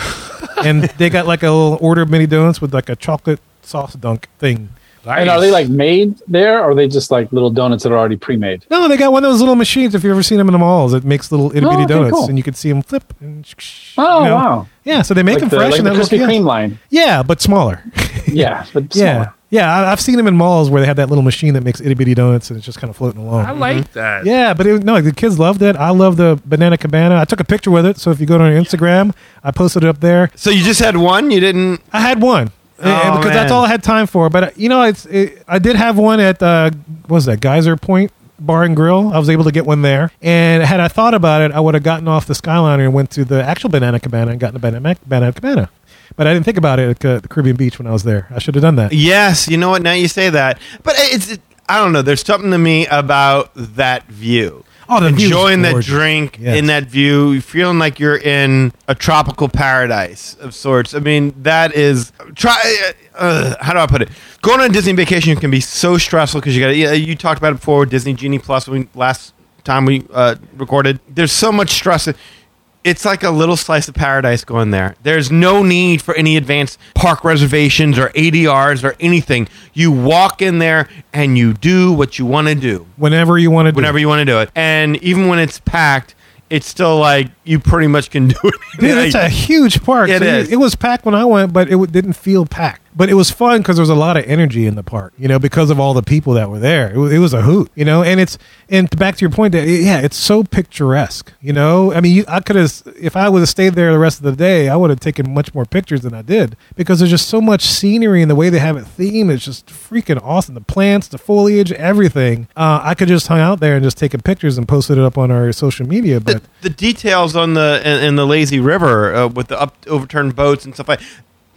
[SPEAKER 2] and they got like a little order of mini donuts with like a chocolate sauce dunk thing.
[SPEAKER 9] And are they like made there, or are they just like little donuts that are already pre-made?
[SPEAKER 2] No, they got one of those little machines. If you've ever seen them in the malls, it makes little itty
[SPEAKER 9] Oh,
[SPEAKER 2] bitty
[SPEAKER 9] okay,
[SPEAKER 2] donuts,
[SPEAKER 9] cool.
[SPEAKER 2] and you can see them flip. And sh- sh-
[SPEAKER 9] Oh,
[SPEAKER 2] you know.
[SPEAKER 9] wow.
[SPEAKER 2] Yeah, so they make
[SPEAKER 9] Like
[SPEAKER 2] them
[SPEAKER 9] the,
[SPEAKER 2] fresh
[SPEAKER 9] like
[SPEAKER 2] in
[SPEAKER 9] the
[SPEAKER 2] that little
[SPEAKER 9] Krispy
[SPEAKER 2] kiosk.
[SPEAKER 9] Kreme line.
[SPEAKER 2] Yeah, but smaller.
[SPEAKER 9] Yeah, but
[SPEAKER 2] yeah, yeah. I, I've seen them in malls where they have that little machine that makes itty bitty donuts, and it's just kind of floating along.
[SPEAKER 7] I like that.
[SPEAKER 2] Yeah, but it, no, the kids loved it. I love the banana cabana. I took a picture with it, so if you go to our Instagram, I posted it up there.
[SPEAKER 3] So you just had one. You didn't.
[SPEAKER 2] I had one eh,
[SPEAKER 3] Oh,
[SPEAKER 2] because
[SPEAKER 3] man.
[SPEAKER 2] that's all I had time for. But uh, you know, it's it, I did have one at uh, what was that Geyser Point Bar and Grill. I was able to get one there, and had I thought about it, I would have gotten off the Skyliner and went to the actual banana cabana and gotten a banana banana cabana. But I didn't think about it at uh, the Caribbean beach when I was there. I should have done that.
[SPEAKER 3] Yes, you know what? Now you say that, but it's. It, I don't know. There's something to me about that view.
[SPEAKER 2] Oh, the view is
[SPEAKER 3] enjoying that
[SPEAKER 2] gorgeous.
[SPEAKER 3] drink
[SPEAKER 2] Yes.
[SPEAKER 3] in that view, feeling like you're in a tropical paradise of sorts. I mean, that is try. Uh, how do I put it? Going on a Disney vacation can be so stressful because you got. to You talked about it before with Disney Genie Plus when we, last time we uh, recorded. There's so much stress. It's like a little slice of paradise going there. There's no need for any advanced park reservations or ADRs or anything. You walk in there and you do what you want to do
[SPEAKER 2] Whenever you want to,
[SPEAKER 3] whenever you want to do it. And even when it's packed, it's still like you pretty much can do it.
[SPEAKER 2] Dude, it's a huge park.
[SPEAKER 3] It
[SPEAKER 2] you-
[SPEAKER 3] is.
[SPEAKER 2] It was packed when I went, but it w- didn't feel packed. But it was fun because there was a lot of energy in the park, you know, because of all the people that were there. It, wa- it was a hoot, you know. And it's and back to your point that yeah, it's so picturesque, you know. I mean, you, I could have if I would have stayed there the rest of the day, I would have taken much more pictures than I did because there's just so much scenery and the way they have it themed is just freaking awesome. The plants, the foliage, everything. Uh, I could just hung out there and just taken pictures and posted it up on our social media, but.
[SPEAKER 3] the, the details on the in, in the lazy river uh, with the up overturned boats and stuff like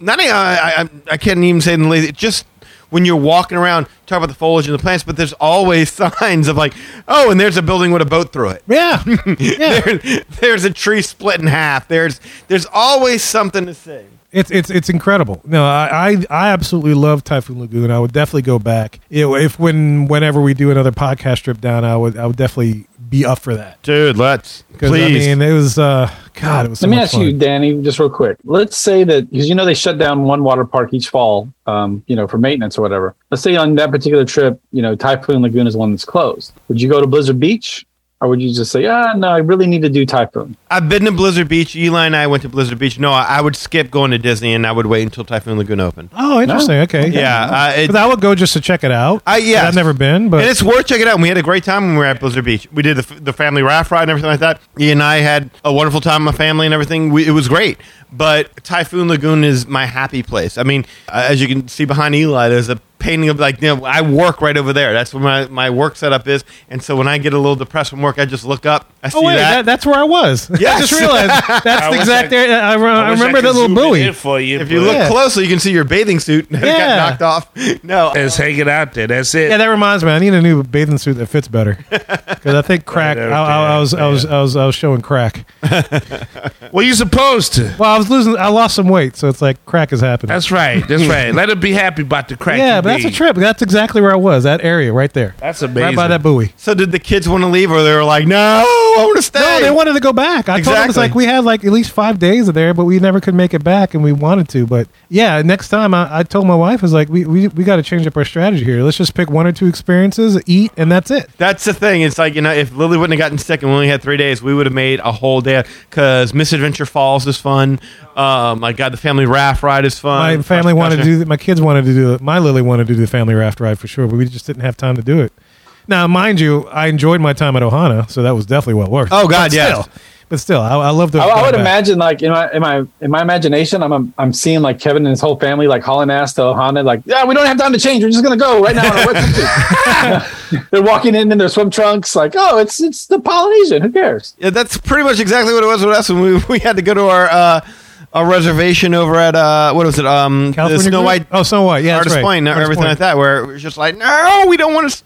[SPEAKER 3] not any, I, I I can't even say in the lazy just when you're walking around talk about the foliage and the plants but there's always signs of like oh and there's a building with a boat through it
[SPEAKER 2] yeah, yeah.
[SPEAKER 3] There- there's a tree split in half there's there's always something to see
[SPEAKER 2] It's it's it's incredible. No, I I, I absolutely love Typhoon Lagoon. I would definitely go back. You know, if when whenever we do another podcast trip down, I would I would definitely be up for that.
[SPEAKER 3] Dude, let's
[SPEAKER 2] 'Cause,
[SPEAKER 3] please.
[SPEAKER 2] I mean, it was uh God, it was. So
[SPEAKER 8] Let me
[SPEAKER 2] much
[SPEAKER 8] ask
[SPEAKER 2] fun.
[SPEAKER 8] you, Danny, just real quick. Let's say that because you know they shut down one water park each fall, um, you know, for maintenance or whatever. Let's say on that particular trip, you know, Typhoon Lagoon is one that's closed. Would you go to Blizzard Beach, or would you just say, ah, no, I really need to do Typhoon?
[SPEAKER 3] I've been to Blizzard Beach. Eli and I went to Blizzard Beach. No, I, I would skip going to Disney and I would wait until Typhoon Lagoon opened.
[SPEAKER 2] Oh, interesting. Okay,
[SPEAKER 3] Yeah, uh, it-
[SPEAKER 2] 'Cause I would go just to check it out.
[SPEAKER 3] I- yes.
[SPEAKER 2] I've never been, but
[SPEAKER 3] and it's worth checking out. And we had a great time when we were at Blizzard Beach. We did the, f- the family raft ride and everything like that. He and I had a wonderful time, my family and everything. We, it was great. But Typhoon Lagoon is my happy place. I mean, uh, as you can see behind Eli, there's a painting of like, you know, I work right over there. That's where my, my work setup is. And so when I get a little depressed from work, I just look up. I see
[SPEAKER 2] oh wait,
[SPEAKER 3] that.
[SPEAKER 2] that, that's where I was. I
[SPEAKER 3] Yes.
[SPEAKER 2] just realized that's the
[SPEAKER 7] I wish
[SPEAKER 2] exact
[SPEAKER 7] I-
[SPEAKER 2] area. I, re- I
[SPEAKER 7] wish
[SPEAKER 2] remember
[SPEAKER 7] could
[SPEAKER 2] that little
[SPEAKER 7] zoom it
[SPEAKER 2] buoy.
[SPEAKER 7] in for you.
[SPEAKER 3] if you
[SPEAKER 7] but
[SPEAKER 3] look
[SPEAKER 2] Yeah.
[SPEAKER 3] closely, you can see your bathing suit. that
[SPEAKER 2] Yeah.
[SPEAKER 3] got knocked off. No,
[SPEAKER 7] it's hanging out there. That's it.
[SPEAKER 2] Yeah, that reminds me. I need a new bathing suit that fits better because I think crack.
[SPEAKER 7] Right,
[SPEAKER 2] I, I, I was, I was,
[SPEAKER 7] okay,
[SPEAKER 2] I was, I was showing crack.
[SPEAKER 7] well, you supposed to.
[SPEAKER 2] Well, I was losing. I lost some weight, so it's like crack is happening.
[SPEAKER 7] That's right. That's right. Let him be happy about the crack.
[SPEAKER 2] yeah,
[SPEAKER 7] you
[SPEAKER 2] but that's a
[SPEAKER 7] made.
[SPEAKER 2] trip. That's exactly where I was. That area right there.
[SPEAKER 7] That's
[SPEAKER 2] Right
[SPEAKER 7] amazing.
[SPEAKER 2] by that buoy.
[SPEAKER 3] So did the kids want to leave, or they were like, "No, I want to stay"?
[SPEAKER 2] No, they wanted to go back. I told them it's
[SPEAKER 3] Exactly.
[SPEAKER 2] like we had like at least five days of there, but we never could make it back, and we wanted to. But yeah, next time I, I told my wife, I was like, we we, we got to change up our strategy here. Let's just pick one or two experiences, eat, and that's it.
[SPEAKER 3] That's the thing. It's like you know, if Lily wouldn't have gotten sick and we only had three days, we would have made a whole day. Because Misadventure Falls is fun. Um, I got the family raft ride is fun.
[SPEAKER 2] My family
[SPEAKER 3] Gosh,
[SPEAKER 2] wanted to
[SPEAKER 3] gosh.
[SPEAKER 2] do that. My kids wanted to do it. My Lily wanted to do the family raft ride for sure, but we just didn't have time to do it. Now, mind you, I enjoyed my time at Ohana, so that was definitely well worth. it.
[SPEAKER 3] Oh, God,
[SPEAKER 2] but
[SPEAKER 3] yes.
[SPEAKER 2] Still, but still, I, I love to.
[SPEAKER 8] I,
[SPEAKER 2] have
[SPEAKER 8] I
[SPEAKER 2] gone
[SPEAKER 8] would
[SPEAKER 2] back.
[SPEAKER 8] imagine, like in my in my in my imagination, I'm I'm seeing like Kevin and his whole family like hauling ass to Ohana, like yeah, we don't have time to change. We're just gonna go right now. on our website." They're walking in in their swim trunks, like oh, it's it's the Polynesian. Who cares?
[SPEAKER 3] Yeah, that's pretty much exactly what it was with us when we, we had to go to our uh, our reservation over at uh, what was it? Um, the
[SPEAKER 2] California
[SPEAKER 3] Snow
[SPEAKER 2] group?
[SPEAKER 3] White
[SPEAKER 2] Oh, Snow White. Yeah, that's
[SPEAKER 3] artist
[SPEAKER 2] right.
[SPEAKER 3] point and
[SPEAKER 2] Artist
[SPEAKER 3] everything
[SPEAKER 2] Point.
[SPEAKER 3] like that where it was just like no we don't want to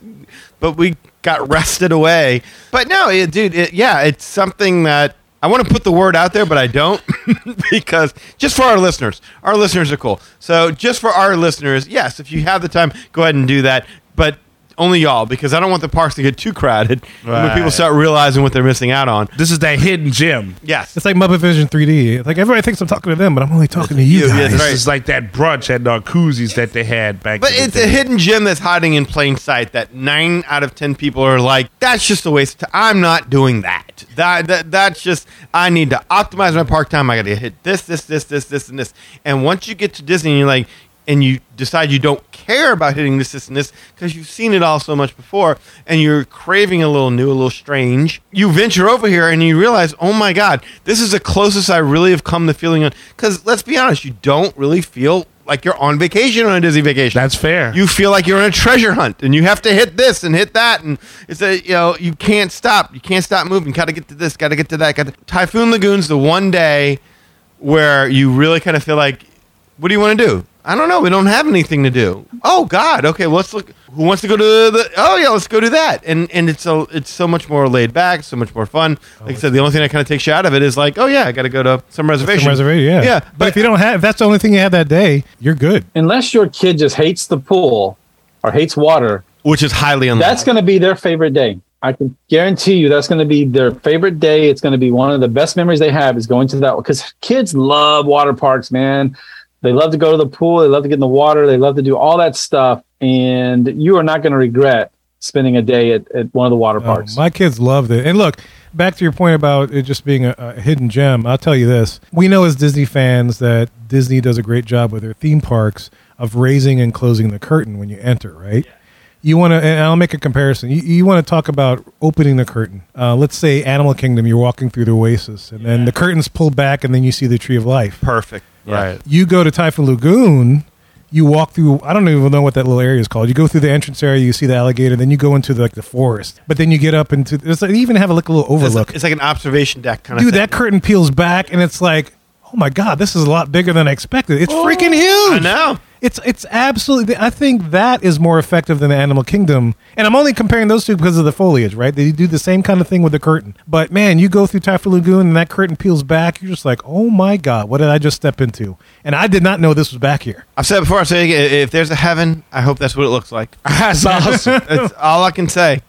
[SPEAKER 3] but we got wrested away but no it, dude it, yeah it's something that i want to put the word out there but i don't because just for our listeners our listeners are cool so just for our listeners yes if you have the time go ahead and do that but only y'all because i don't want the parks to get too crowded when
[SPEAKER 7] Right.
[SPEAKER 3] people start realizing what they're missing out on
[SPEAKER 7] This is that hidden gem.
[SPEAKER 3] yes
[SPEAKER 2] It's like Muppet Vision 3D. It's like everybody thinks I'm talking to them, but I'm only talking to you
[SPEAKER 3] Yeah,
[SPEAKER 2] guys.
[SPEAKER 3] yeah,
[SPEAKER 7] This
[SPEAKER 3] Right.
[SPEAKER 7] is like that brunch at Narcoozies that they had back.
[SPEAKER 3] But
[SPEAKER 7] in the
[SPEAKER 3] it's
[SPEAKER 7] day.
[SPEAKER 3] a hidden gem that's hiding in plain sight that nine out of ten people are like, that's just a waste of time. I'm not doing that. That, that that's just I need to optimize my park time. I gotta hit this, this, this, this, this, and this. And once you get to Disney and you're like and you decide you don't care about hitting this, this, and this, because you've seen it all so much before, and you're craving a little new, a little strange. You venture over here and you realize, oh my God, this is the closest I really have come to feeling. Because let's be honest, you don't really feel like you're on vacation on a Disney vacation
[SPEAKER 7] That's fair.
[SPEAKER 3] you feel like you're in a treasure hunt and you have to hit this and hit that and it's a you know you can't stop you can't stop moving gotta get to this gotta get to that gotta typhoon lagoon's the one day where you really kind of feel like what do you want to do i don't know we don't have anything to do oh god okay well, let's look who wants to go to the oh yeah let's go do that and and it's so it's so much more laid back so much more fun like i said the only thing that kind of takes you out of it is like oh yeah i gotta go to some reservation
[SPEAKER 2] Oh, Some reservation, yeah.
[SPEAKER 3] yeah
[SPEAKER 2] But, if you don't have, if that's the only thing you have that day, you're good.
[SPEAKER 8] Unless your kid just hates the pool or hates water,
[SPEAKER 3] which is highly unlikely
[SPEAKER 8] That's going to be their favorite day. I can guarantee you that's going to be their favorite day. It's going to be one of the best memories they have is going to that because kids love water parks, man. They love to go to the pool. They love to get in the water. They love to do all that stuff. And you are not going to regret spending a day at, at one of the water
[SPEAKER 2] Oh,
[SPEAKER 8] parks.
[SPEAKER 2] my kids loved it. And look, back to your point about it just being a, a hidden gem, I'll tell you this. We know as Disney fans that Disney does a great job with their theme parks of raising and closing the curtain when you enter, right? You want to, and I'll make a comparison. You, you want to talk about opening the curtain. Uh, let's say Animal Kingdom, you're walking through the oasis, and then the curtain's pulled back, and then you see the Tree of Life.
[SPEAKER 3] perfect
[SPEAKER 7] right.
[SPEAKER 2] you go to Typhoon Lagoon, you walk through. I don't even know what that little area is called. You go through the entrance area, you see the alligator, then you go into the, like the forest. But then you get up into. It's like, they even have like a little
[SPEAKER 3] it's,
[SPEAKER 2] overlook.
[SPEAKER 3] it's like an observation deck kind of
[SPEAKER 2] Dude, that curtain peels back, and it's like. oh my god, this is a lot bigger than I expected. It's freaking huge.
[SPEAKER 3] I know.
[SPEAKER 2] It's it's absolutely. I think that is more effective than the Animal Kingdom, and I'm only comparing those two because of the foliage, right? They do the same kind of thing with the curtain. But man, you go through Typhoon Lagoon and that curtain peels back, you're just like, oh my god, what did I just step into? And I did not know this was back here.
[SPEAKER 3] I've said it before. I say it again. If there's a heaven, I hope that's what it looks like.
[SPEAKER 7] That's awesome.
[SPEAKER 3] That's all I can say.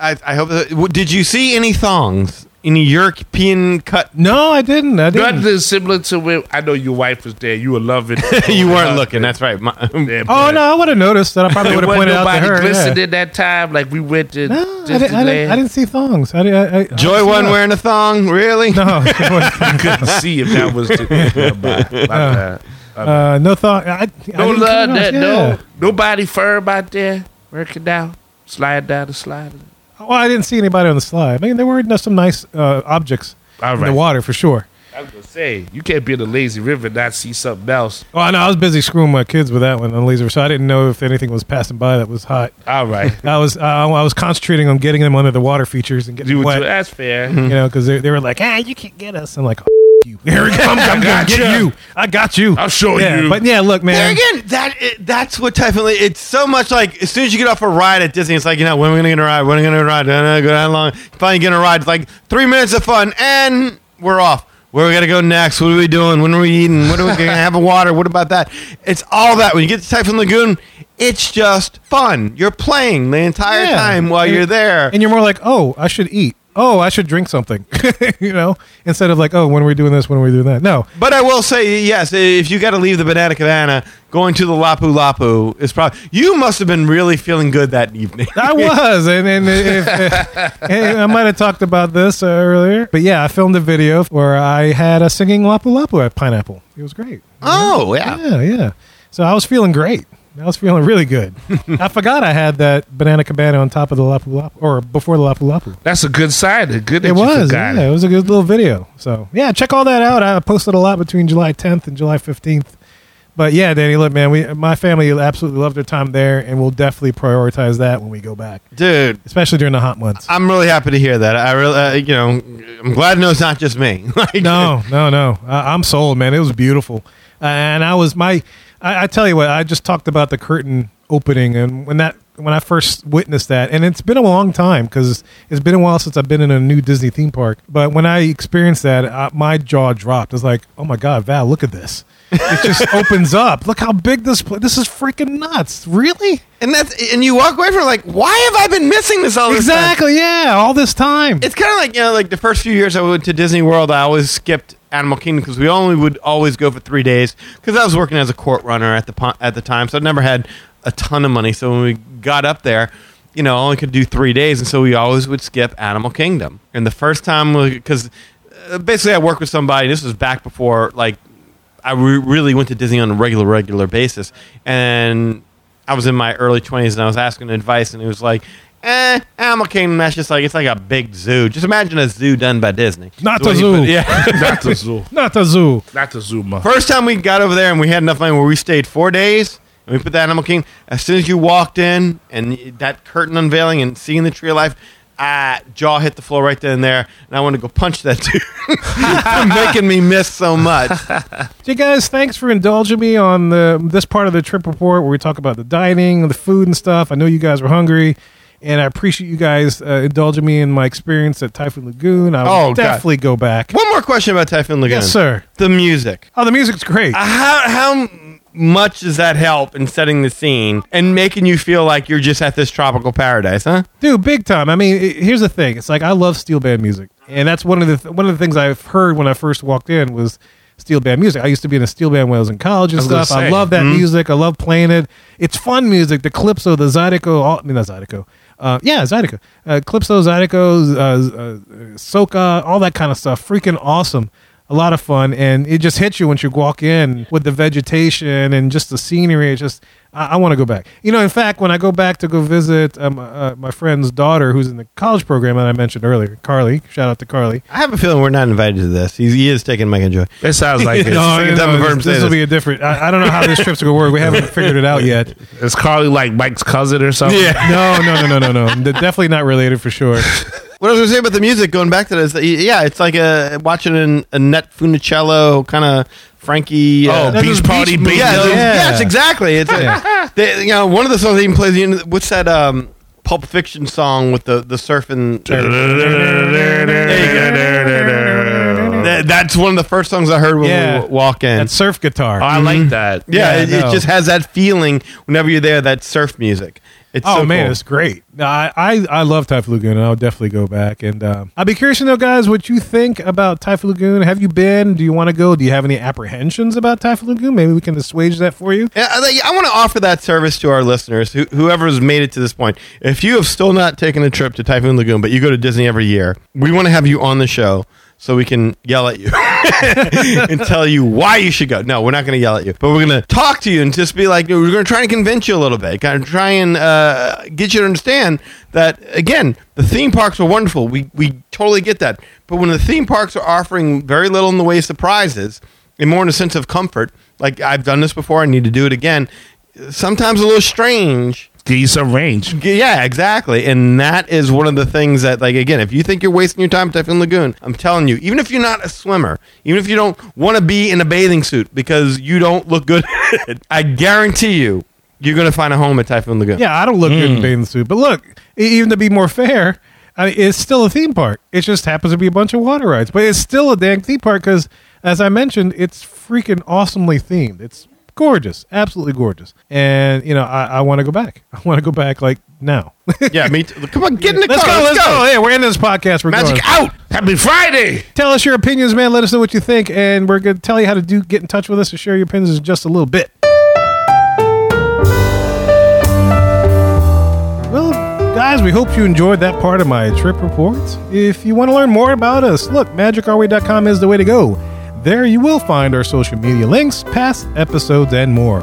[SPEAKER 3] I, I hope. That, w- did you see any thongs? Any European cut?
[SPEAKER 2] No, I didn't. I didn't.
[SPEAKER 7] Nothing similar to where I know your wife was there. You were loving.
[SPEAKER 3] you weren't looking. That's right. My,
[SPEAKER 7] Oh Yeah,
[SPEAKER 2] Oh
[SPEAKER 7] but-
[SPEAKER 2] no, I would have noticed that. I probably
[SPEAKER 7] There
[SPEAKER 2] would have
[SPEAKER 7] wasn't
[SPEAKER 2] pointed out to
[SPEAKER 7] nobody
[SPEAKER 2] her.
[SPEAKER 7] glistening
[SPEAKER 2] yeah.
[SPEAKER 7] at that time. Like we went to
[SPEAKER 2] No, I didn't, I, didn't, I
[SPEAKER 7] Disneyland.
[SPEAKER 2] didn't see thongs. I, didn't- I, I, I
[SPEAKER 3] Joy
[SPEAKER 2] didn't see
[SPEAKER 3] wasn't
[SPEAKER 2] that.
[SPEAKER 3] wearing a thong. Really?
[SPEAKER 2] No, it wasn't.
[SPEAKER 7] couldn't see if that was the, my, my bad.
[SPEAKER 2] uh, no thong. I, I
[SPEAKER 7] No
[SPEAKER 2] didn't
[SPEAKER 7] love
[SPEAKER 2] come across-
[SPEAKER 7] that.
[SPEAKER 2] yeah.
[SPEAKER 7] No, nobody firm out there working down, slide down the slide.
[SPEAKER 2] Well, I didn't see anybody on the slide. I mean, there were no- some nice uh, objects
[SPEAKER 7] All
[SPEAKER 2] in
[SPEAKER 7] right.
[SPEAKER 2] the water for sure.
[SPEAKER 7] I was gonna say you can't be in the lazy river and not see something else.
[SPEAKER 2] Oh no, I was busy screwing my kids with that one on the laser, so I didn't know if anything was passing by that was hot.
[SPEAKER 7] All right,
[SPEAKER 2] I was uh, I was concentrating on getting them under the water features and getting
[SPEAKER 7] you
[SPEAKER 2] wet.
[SPEAKER 7] would do, that's fair.
[SPEAKER 2] You know, because they, they were like, "Ah, you can't get us." I'm like, oh, "You, here we go. I'm, I'm gonna get you. I got you.
[SPEAKER 7] I'll show
[SPEAKER 2] yeah,
[SPEAKER 7] you.
[SPEAKER 2] But yeah, look,
[SPEAKER 3] There
[SPEAKER 2] man.
[SPEAKER 3] again, that it, that's what type of it's so much like as soon as you get off a ride at Disney, it's like you know when are we gonna get a ride, when are we gonna ride, Uh, go down long, finally get a ride. It's like three minutes of fun and we're off. Where we gotta go next? What are we doing? When are we eating? What are we gonna have a water? What about that? It's all that. When you get to Typhoon Lagoon, it's just fun. You're playing the entire
[SPEAKER 2] Yeah.
[SPEAKER 3] time while
[SPEAKER 2] And-
[SPEAKER 3] you're there.
[SPEAKER 2] And you're more like, "Oh, I should eat. Oh, I should drink something." you know, instead of like, "Oh, when are we doing this? When are we doing that?" No,
[SPEAKER 3] But I will say, yes, if you got to leave the Banana Cabana, going to the Lapu Lapu is probably. You must have been really feeling good that evening.
[SPEAKER 2] I was, and and, if, and I might have talked about this uh, earlier, but yeah, I filmed a video where I had a singing Lapu Lapu at Pineapple. It was great.
[SPEAKER 3] oh, yeah.
[SPEAKER 2] Yeah, yeah. So I was feeling great. I was feeling really good. I forgot I had that banana cabana on top of the Lapu Lapu, or before the Lapu Lapu.
[SPEAKER 7] That's a good sign. A good. That
[SPEAKER 2] It
[SPEAKER 7] you
[SPEAKER 2] was,
[SPEAKER 7] forgot
[SPEAKER 2] yeah, it.
[SPEAKER 7] it.
[SPEAKER 2] was a good little video. So yeah, check all that out. I posted a lot between July 10th and July 15th. But yeah, Danny, look, man, we my family absolutely loved their time there, and we'll definitely prioritize that when we go back,
[SPEAKER 3] Dude,
[SPEAKER 2] especially during the hot months.
[SPEAKER 3] I'm really happy to hear that. I really, uh, you know, I'm glad to know it's not just me. like,
[SPEAKER 2] no, no, no. I, I'm sold, man. It was beautiful, uh, and I was my. I, I tell you what, I just talked about the curtain opening, and when that when I first witnessed that, and it's been a long time because it's been a while since I've been in a new Disney theme park. But when I experienced that, uh my jaw dropped. It's like, oh my god, Val, look at this. It just opens up. Look how big this place. This is freaking nuts. Really?
[SPEAKER 3] and that's and you walk away from it like, why have I been missing this all this time?
[SPEAKER 2] Exactly. Yeah. All this time.
[SPEAKER 3] It's kind of like you know, like the first few years I went to Disney World, I always skipped Animal Kingdom because we only would always go for three days because I was working as a court runner at the po- at the time, so I never had a ton of money. So when we got up there, you know, I only could do three days, and so we always would skip Animal Kingdom. And the first time, because basically I worked with somebody. This was back before like I re- really went to Disney on a regular, regular basis. And I was in my early 20s and I was asking advice, and it was like, eh, Animal Kingdom, that's just like, it's like a big zoo. Just imagine a zoo done by Disney.
[SPEAKER 2] Not
[SPEAKER 3] That's
[SPEAKER 2] a
[SPEAKER 3] what he
[SPEAKER 2] zoo.
[SPEAKER 3] put- Yeah.
[SPEAKER 7] Not the zoo.
[SPEAKER 2] Not the zoo.
[SPEAKER 7] Not the zoo, ma.
[SPEAKER 3] First time we got over there and we had enough money where we stayed four days and we put the Animal Kingdom. As soon as you walked in and that curtain unveiling and seeing the tree of life, ah, jaw hit the floor right then and there, and I want to go punch that dude for making me miss so much.
[SPEAKER 2] You guys, thanks for indulging me on the this part of the trip report where we talk about the dining, the food, and stuff. I know you guys were hungry, and I appreciate you guys uh, indulging me in my experience at Typhoon Lagoon. I will
[SPEAKER 3] Oh, God.
[SPEAKER 2] definitely go back.
[SPEAKER 3] One more question about Typhoon Lagoon.
[SPEAKER 2] Yes, sir.
[SPEAKER 3] The music.
[SPEAKER 2] Oh, the music's great.
[SPEAKER 3] How how much does that help in setting the scene and making you feel like you're just at this tropical paradise, huh?
[SPEAKER 2] dude big time i mean it, here's the thing it's like i love steel band music and that's one of the th- one of the things i've heard when i first walked in was steel band music i used to be in a steel band when i was in college and
[SPEAKER 7] gonna
[SPEAKER 2] stuff i
[SPEAKER 7] say.
[SPEAKER 2] love that music i love playing it it's fun music the calypso the zydeco all, i mean not zydeco uh, yeah zydeco uh, calypso zydeco uh, z- uh, soca all that kind of stuff freaking awesome a lot of fun and it just hits you once you walk in with the vegetation and just the scenery it's just i, I want to go back you know in fact when i go back to go visit um, uh, my friend's daughter who's in the college program that i mentioned earlier carly shout out to carly
[SPEAKER 3] I have a feeling we're not invited to this. He's, he is taking Mike and Joy.
[SPEAKER 7] That sounds like it.
[SPEAKER 3] No. second time I've heard him
[SPEAKER 2] this,
[SPEAKER 3] say
[SPEAKER 2] will
[SPEAKER 3] this.
[SPEAKER 2] be a different I, I don't know how this trip's gonna work we haven't figured it out yet
[SPEAKER 7] It's Carly like Mike's cousin or something.
[SPEAKER 2] no no no no no no They're definitely not related for sure
[SPEAKER 3] What I was going to say about the music, going back to this, that, yeah, it's like a watching an, a Net Funicello kind of Frankie.
[SPEAKER 7] Oh,
[SPEAKER 3] uh,
[SPEAKER 2] That's
[SPEAKER 7] beach
[SPEAKER 2] a
[SPEAKER 7] party,
[SPEAKER 2] beach
[SPEAKER 7] beach.
[SPEAKER 2] movie.
[SPEAKER 3] yeah,
[SPEAKER 2] yeah.
[SPEAKER 3] yes, exactly. It's uh, a, they, you know one of the songs they even plays. You know, what's that? Um, Pulp Fiction song with the the surfing. That- that's one of the first songs I heard when
[SPEAKER 2] Yeah.
[SPEAKER 3] we w- walk in.
[SPEAKER 2] That surf guitar.
[SPEAKER 7] I like that.
[SPEAKER 2] Mm-hmm. yeah,
[SPEAKER 3] yeah, it,
[SPEAKER 2] I
[SPEAKER 3] it
[SPEAKER 2] know.
[SPEAKER 3] just has that feeling whenever you're there. That surf music. It's
[SPEAKER 2] oh
[SPEAKER 3] so
[SPEAKER 2] man,
[SPEAKER 3] cool.
[SPEAKER 2] it's great. No, I, I I love Typhoon Lagoon. and I'll definitely go back, and um, I'll be curious to know, guys, what you think about Typhoon Lagoon. Have you been? Do you want to go? Do you have any apprehensions about Typhoon Lagoon? Maybe we can assuage that for you.
[SPEAKER 3] Yeah, I, like- I want to offer that service to our listeners, who, whoever's made it to this point. If you have still not taken a trip to Typhoon Lagoon, but you go to Disney every year, we want to have you on the show so we can yell at you and tell you why you should go. No, we're not going to yell at you, but we're going to talk to you and just be like, we're going to try and convince you a little bit, kind of try and uh, get you to understand that again, the theme parks are wonderful. We we totally get that, but when the theme parks are offering very little in the way of surprises and more in a sense of comfort. Like I've done this before, I need to do it again. Sometimes a little strange.
[SPEAKER 7] Give you some range.
[SPEAKER 3] Yeah, exactly. And that is one of the things that, like, again, if you think you're wasting your time at Typhoon Lagoon, I'm telling you, even if you're not a swimmer, even if you don't want to be in a bathing suit because you don't look good, I guarantee you, you're going to find a home at Typhoon Lagoon.
[SPEAKER 2] Yeah, I don't look good in a bathing suit, but look, e- even to be more fair, I mean, it's still a theme park. It just happens to be a bunch of water rides, but it's still a dang theme park because, as I mentioned, it's freaking awesomely themed. It's gorgeous, absolutely gorgeous, and you know I, I want to go back. I want to go back like now.
[SPEAKER 3] yeah me too. Come on, get in the
[SPEAKER 2] let's
[SPEAKER 3] car.
[SPEAKER 2] go, let's go. Hey, we're in this podcast. We're going.
[SPEAKER 3] Magic
[SPEAKER 7] Out. Happy Friday.
[SPEAKER 2] Tell us your opinions, man. Let us know what you think, and we're going to tell you how to do get in touch with us and share your opinions in just a little bit. Well, guys, we hope you enjoyed that part of my trip report. If you want to learn more about us, look, magicourway.com is the way to go. There you will find our social media links, past episodes, and more.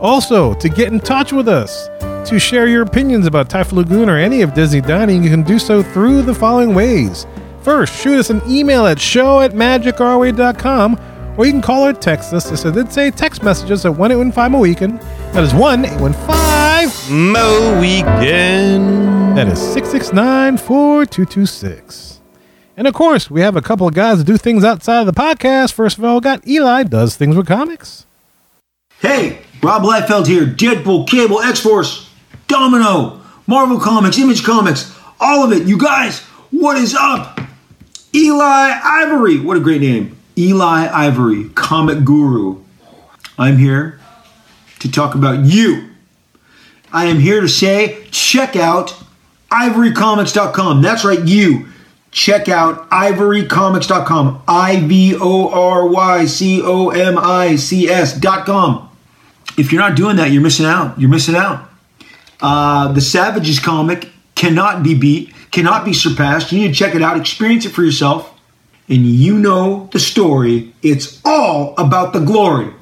[SPEAKER 2] Also, to get in touch with us, to share your opinions about Typhoon Lagoon or any of Disney Dining, you can do so through the following ways. First, shoot us an email at show at magicourway.com, or you can call or text us. So I did say text messages at 1 815 a weekend. That is 1 815.
[SPEAKER 3] Mo weekend.
[SPEAKER 2] That is 669 4226. And of course, we have a couple of guys that do things outside of the podcast. First of all, we got Eli does things with comics.
[SPEAKER 10] Hey, Rob Liefeld here. Deadpool, Cable, X Force, Domino, Marvel Comics, Image Comics, all of it. You guys, what is up? Eli Ivory. What a great name. Eli Ivory, comic guru. I'm here to talk about you. I am here to say check out ivorycomics.com. That's right, you. Check out ivorycomics.com. I V O R Y C O M I C S.com. If you're not doing that, you're missing out. You're missing out. Uh, the Savages comic cannot be beat, cannot be surpassed. You need to check it out, experience it for yourself. And you know the story. It's all about the glory.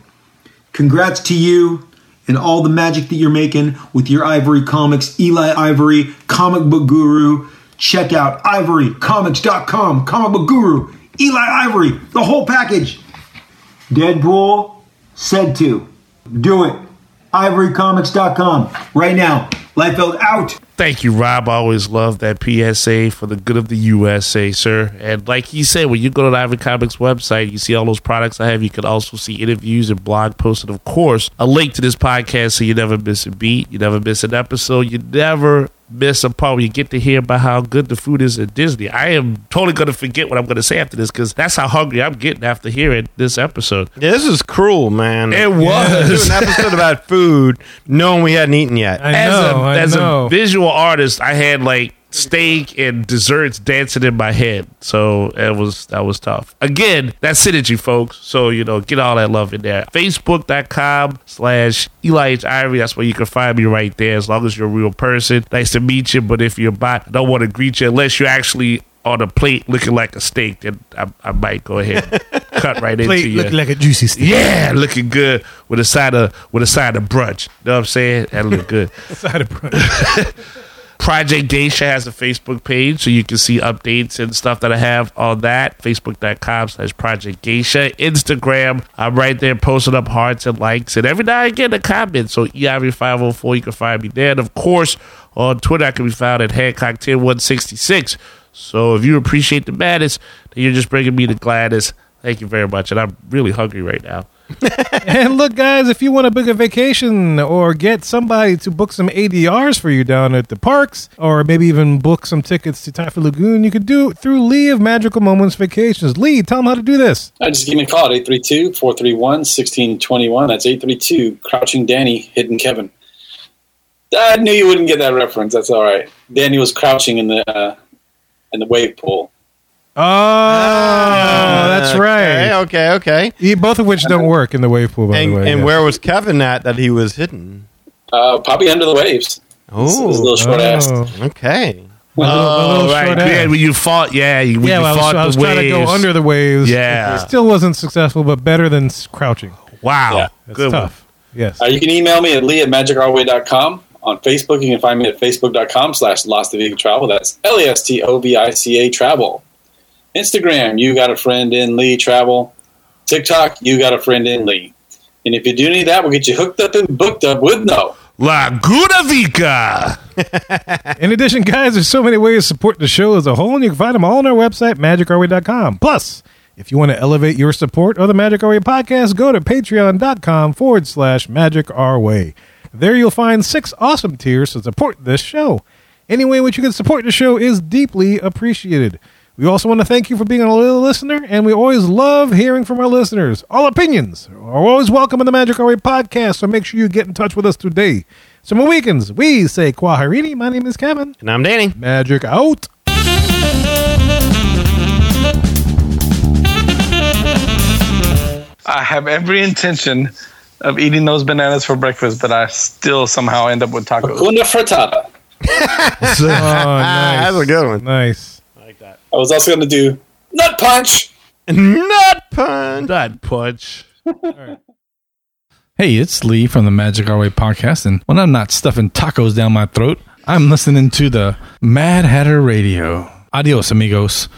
[SPEAKER 10] Congrats to you and all the magic that you're making with your Ivory Comics, Eli Ivory, comic book guru. Check out ivorycomics.com, comic book guru, Eli Ivory, the whole package. Deadpool said to. Do it. Ivorycomics.com right now. Liefeld out.
[SPEAKER 7] Thank you, Rob. I always love that PSA for the good of the USA, sir. And like he said, when you go to the Ivory Comics website, you see all those products I have. You can also see interviews and blog posts, and of course, a link to this podcast so you never miss a beat, you never miss an episode, you never miss a part where you get to hear about how good the food is at Disney. I am totally going to forget what I'm going to say after this because that's how hungry I'm getting after hearing this episode.
[SPEAKER 3] Yeah, this is cruel, man.
[SPEAKER 7] It was.
[SPEAKER 3] Do an episode about food, knowing we hadn't eaten yet.
[SPEAKER 2] I
[SPEAKER 7] as
[SPEAKER 2] know,
[SPEAKER 7] a,
[SPEAKER 2] I
[SPEAKER 7] as
[SPEAKER 2] know.
[SPEAKER 7] a visual artist, I had like steak and desserts dancing in my head. So it was that was tough. Again, that's synergy, folks. So you know, get all that love in there. Facebook.com slash Eli H. Ivory. That's where you can find me right there. As long as you're a real person. Nice to meet you. But if you're a bot, I don't want to greet you unless you're actually on a plate looking like a steak, then I, I might go ahead and cut right into you.
[SPEAKER 2] like a juicy steak.
[SPEAKER 7] yeah, looking good with a side of with a side of brunch. You know what I'm saying? That look good.
[SPEAKER 2] Side of brunch.
[SPEAKER 7] Project Geisha has a Facebook page, so you can see updates and stuff that I have on that. Facebook.com slash Project Geisha. Instagram, I'm right there posting up hearts and likes and every now and again a comment. So E EIV504, you can find me there. And of course, on Twitter, I can be found at Hancock10166. So if you appreciate the baddest, then you're just bringing me the gladdest. Thank you very much. And I'm really hungry right now.
[SPEAKER 2] and look, guys, if you want to book a vacation or get somebody to book some ADRs for you down at the parks, or maybe even book some tickets to Typhoon Lagoon, you could do it through Lee of Magical Moments Vacations. Lee, tell them how to do this. Oh,
[SPEAKER 8] Uh, just give me a call at 832 431 1621. That's 832 Crouching Danny, Hidden Kevin. I knew you wouldn't get that reference. That's all right. Danny was crouching in the uh, in the wave pool.
[SPEAKER 2] Oh,
[SPEAKER 7] Ah,
[SPEAKER 2] that's right.
[SPEAKER 3] Uh, Okay, okay.
[SPEAKER 2] You- Both of which don't work in the wave pool, by
[SPEAKER 3] And,
[SPEAKER 2] the way.
[SPEAKER 3] and
[SPEAKER 2] yeah.
[SPEAKER 3] where was Kevin at that he was hidden?
[SPEAKER 8] Uh, probably under the waves. This- this little short ass.
[SPEAKER 2] Oh.
[SPEAKER 3] Okay.
[SPEAKER 2] little
[SPEAKER 7] Oh, right.
[SPEAKER 2] short
[SPEAKER 7] Yeah,
[SPEAKER 2] ass.
[SPEAKER 7] when you fought, yeah, you,
[SPEAKER 2] Oh,
[SPEAKER 7] when
[SPEAKER 2] yeah,
[SPEAKER 7] you
[SPEAKER 2] well, I was,
[SPEAKER 7] fought
[SPEAKER 2] I was
[SPEAKER 7] the
[SPEAKER 2] trying to
[SPEAKER 7] waves.
[SPEAKER 2] go under the waves.
[SPEAKER 7] Yeah.
[SPEAKER 2] It still wasn't successful, but better than s- crouching.
[SPEAKER 7] Wow.
[SPEAKER 8] Yeah.
[SPEAKER 2] That's
[SPEAKER 7] Good one.
[SPEAKER 2] tough. Yes.
[SPEAKER 8] Uh, you can email me at lee at magicourway.com. On Facebook, you can find me at facebook.com slash lost to vehicle travel. That's L E S T O V I C A travel. Instagram, you got a friend in Lee travel. TikTok, you got a friend in Lee. And if you do any of that, we'll get you hooked up and booked up with no.
[SPEAKER 7] Laguna Vica.
[SPEAKER 2] In addition, guys, there's so many ways to support the show as a whole, and you can find them all on our website, magicourway.com. Plus, if you want to elevate your support of the Magic Our Way podcast, go to patreon.com forward slash magic our way. There you'll find six awesome tiers to support this show. Any way in which you can support the show is deeply appreciated. We also want to thank you for being a loyal listener, and we always love hearing from our listeners. All opinions are always welcome in the Magic Our Way podcast, so make sure you get in touch with us today. Summer weekends, we say Quaharini. My name is Kevin.
[SPEAKER 3] And I'm Danny.
[SPEAKER 2] Magic out.
[SPEAKER 11] I have every intention of eating those bananas for breakfast, but I still somehow end up with tacos.
[SPEAKER 8] Una frittata.
[SPEAKER 2] nice.
[SPEAKER 3] That's a good one.
[SPEAKER 2] Oh, Nice.
[SPEAKER 8] I was also going to do nut punch.
[SPEAKER 3] Nut punch.
[SPEAKER 7] That punch.
[SPEAKER 12] Hey, it's Lee from the Magic Our Way podcast, and when I'm not stuffing tacos down my throat, I'm listening to the Mad Hatter Radio. Adios, amigos.